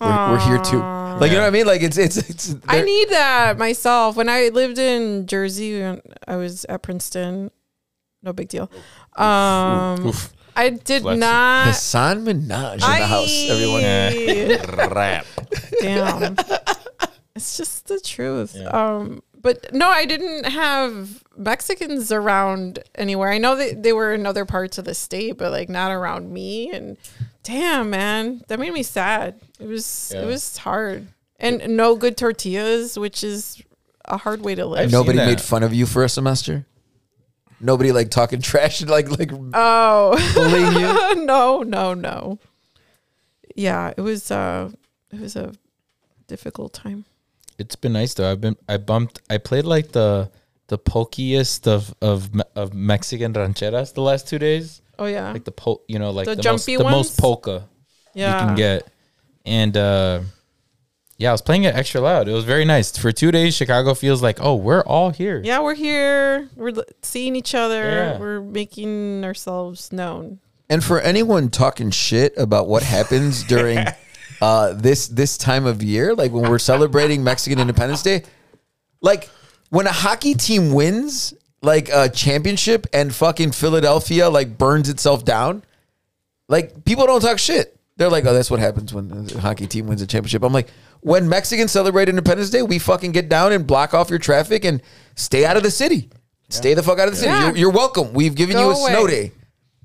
Speaker 4: we're, we're here too, like you know what I mean? Like it's it's it's
Speaker 2: I
Speaker 4: they're-
Speaker 2: need that myself. When I lived in Jersey, when I was at Princeton. No big deal. Um, I did
Speaker 3: Flexing.
Speaker 2: not.
Speaker 4: Hassan Minaj in the house, everyone.
Speaker 2: everyone.
Speaker 3: Rap.
Speaker 2: Damn. it's just the truth. Um, but no, I didn't have Mexicans around anywhere. I know that they were in other parts of the state, but like not around me. And damn, man, that made me sad. It was
Speaker 1: Yeah.
Speaker 2: it was hard. And no good tortillas, which is a hard way to live.
Speaker 1: I've-
Speaker 4: Nobody
Speaker 1: seen that.
Speaker 4: made fun of you for a semester. Nobody like talking trash and like like
Speaker 2: oh
Speaker 4: bullying you.
Speaker 2: no, no, no. Yeah, it was uh it was a difficult time.
Speaker 1: It's been nice though. I've been I bumped. I played like the the pokiest of of Me- of Mexican rancheras the last two days.
Speaker 2: Oh yeah.
Speaker 1: Like the po, you know, like
Speaker 2: The
Speaker 1: the, most
Speaker 2: jumpy
Speaker 1: the most
Speaker 2: ones?
Speaker 1: polka
Speaker 2: yeah.
Speaker 1: you can get. And uh yeah, I was playing it extra loud. It was very nice for two days. Chicago feels like oh, we're all here.
Speaker 2: yeah, we're here. We're l- seeing each other.
Speaker 1: Yeah.
Speaker 2: We're making ourselves known.
Speaker 4: And for anyone talking shit about what happens during uh, this this time of year, like when we're celebrating Mexican Independence Day, like when a hockey team wins like a championship and fucking Philadelphia like burns itself down, like people don't talk shit. They're like, oh, that's what happens when the hockey team wins a championship. I'm like, when Mexicans celebrate Independence Day, we fucking get down and block off your traffic and stay out of the city. Stay the fuck out of the city.
Speaker 2: Yeah.
Speaker 4: You're, you're welcome. We've given
Speaker 2: Go
Speaker 4: you a snow
Speaker 2: away.
Speaker 4: day.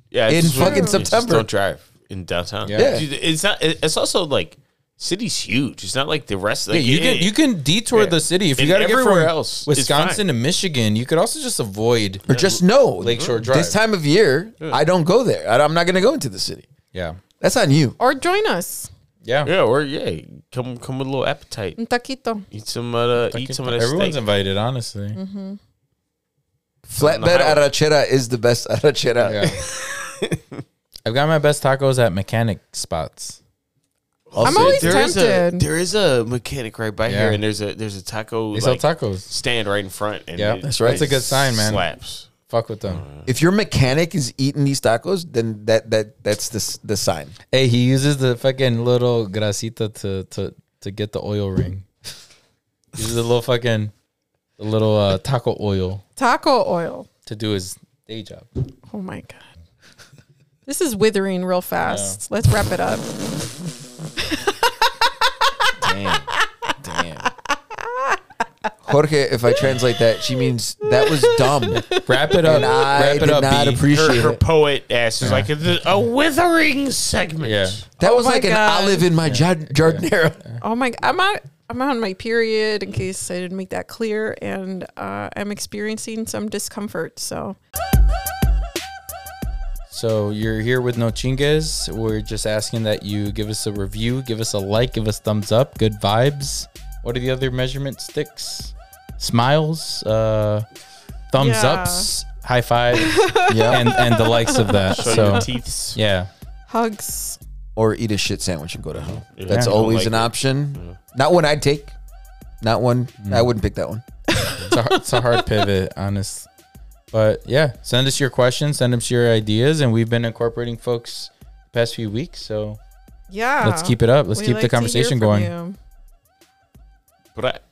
Speaker 3: Yeah,
Speaker 4: In
Speaker 3: just-
Speaker 4: fucking
Speaker 3: you just
Speaker 4: September.
Speaker 3: Don't drive in downtown.
Speaker 1: Yeah.
Speaker 3: Dude, it's not. it- It's also like city's huge. It's not like the rest. Like,
Speaker 1: Yeah, you
Speaker 3: it-
Speaker 1: can you can detour
Speaker 3: yeah.
Speaker 1: the city if you
Speaker 3: And
Speaker 1: got to get
Speaker 3: everywhere
Speaker 1: from
Speaker 3: else, it's
Speaker 1: Wisconsin
Speaker 3: fine.
Speaker 1: to Michigan. You could also just avoid
Speaker 4: or just know
Speaker 1: Lakeshore Drive.
Speaker 4: This time of year, I don't go there. I, am not going to go into the city.
Speaker 1: Yeah,
Speaker 4: That's on you.
Speaker 2: Or join us
Speaker 1: yeah.
Speaker 3: Yeah, or yeah, come come with a little appetite.
Speaker 2: in Taquito.
Speaker 3: Eat some of the, eat some of that
Speaker 1: Everyone's
Speaker 3: steak. Mm-hmm.
Speaker 1: invited, honestly.
Speaker 4: Flatbed
Speaker 3: highway.
Speaker 4: arachera is the best arachera.
Speaker 1: Yeah. I've got my best tacos at mechanic spots.
Speaker 4: Also,
Speaker 2: I'm always
Speaker 3: There is a
Speaker 2: tempted.
Speaker 3: there is a mechanic right by
Speaker 1: Yeah.
Speaker 3: here, and there's a there's a taco
Speaker 1: They
Speaker 3: like,
Speaker 1: sell tacos.
Speaker 3: stand right in front. And
Speaker 1: Yeah,
Speaker 3: it-
Speaker 1: that's right.
Speaker 3: it
Speaker 1: That's a good sign, man.
Speaker 3: Slaps.
Speaker 1: Fuck with them.
Speaker 4: if your mechanic is eating these tacos, then that that that's the s- the sign.
Speaker 1: Hey, he uses the fucking little grasita to to to get the oil ring. uses the little fucking the little uh, taco oil
Speaker 2: Taco oil.
Speaker 1: to do his day job.
Speaker 2: Oh my God. This is withering real fast. Let's wrap it up.
Speaker 4: Damn, damn. Jorge, if I translate that, she means that was dumb.
Speaker 1: Wrap it up.
Speaker 4: And I
Speaker 1: Wrap it
Speaker 4: did
Speaker 1: up.
Speaker 4: not
Speaker 1: B.
Speaker 4: appreciate
Speaker 3: Her, her
Speaker 4: it.
Speaker 3: poet ass is like a, a withering segment.
Speaker 1: Yeah.
Speaker 4: That
Speaker 2: Oh
Speaker 4: was
Speaker 2: my
Speaker 4: like an
Speaker 2: God.
Speaker 4: olive in my ja- jardinera.
Speaker 2: Oh my! I'm on I'm on my period. In case I didn't make that clear, and uh, I'm experiencing some discomfort. So
Speaker 1: So you're here with No Chingues. We're just asking that you give us a review, give us a like, give us thumbs up, good vibes. What are the other measurement sticks? Smiles, uh, thumbs
Speaker 2: Yeah.
Speaker 1: ups, high five,
Speaker 4: Yeah.
Speaker 1: and and the likes of that.
Speaker 3: Show
Speaker 1: so
Speaker 3: your teeth.
Speaker 1: yeah,
Speaker 2: hugs.
Speaker 4: or eat a shit sandwich and go to hell. That's
Speaker 1: Yeah.
Speaker 4: always
Speaker 3: Like
Speaker 4: an
Speaker 3: it.
Speaker 4: option. Not one I'd take. Not one.
Speaker 1: Mm.
Speaker 4: I wouldn't pick that one.
Speaker 1: it's a, hard- it's a hard pivot, honest. But yeah, send us your questions, send us your ideas, and we've been incorporating folks the past few weeks. So
Speaker 2: Yeah.
Speaker 1: let's keep it up. Let's
Speaker 2: Oh, We
Speaker 1: keep
Speaker 2: like
Speaker 1: the
Speaker 2: to hear
Speaker 1: conversation
Speaker 2: from
Speaker 1: going.
Speaker 2: you.
Speaker 3: But I,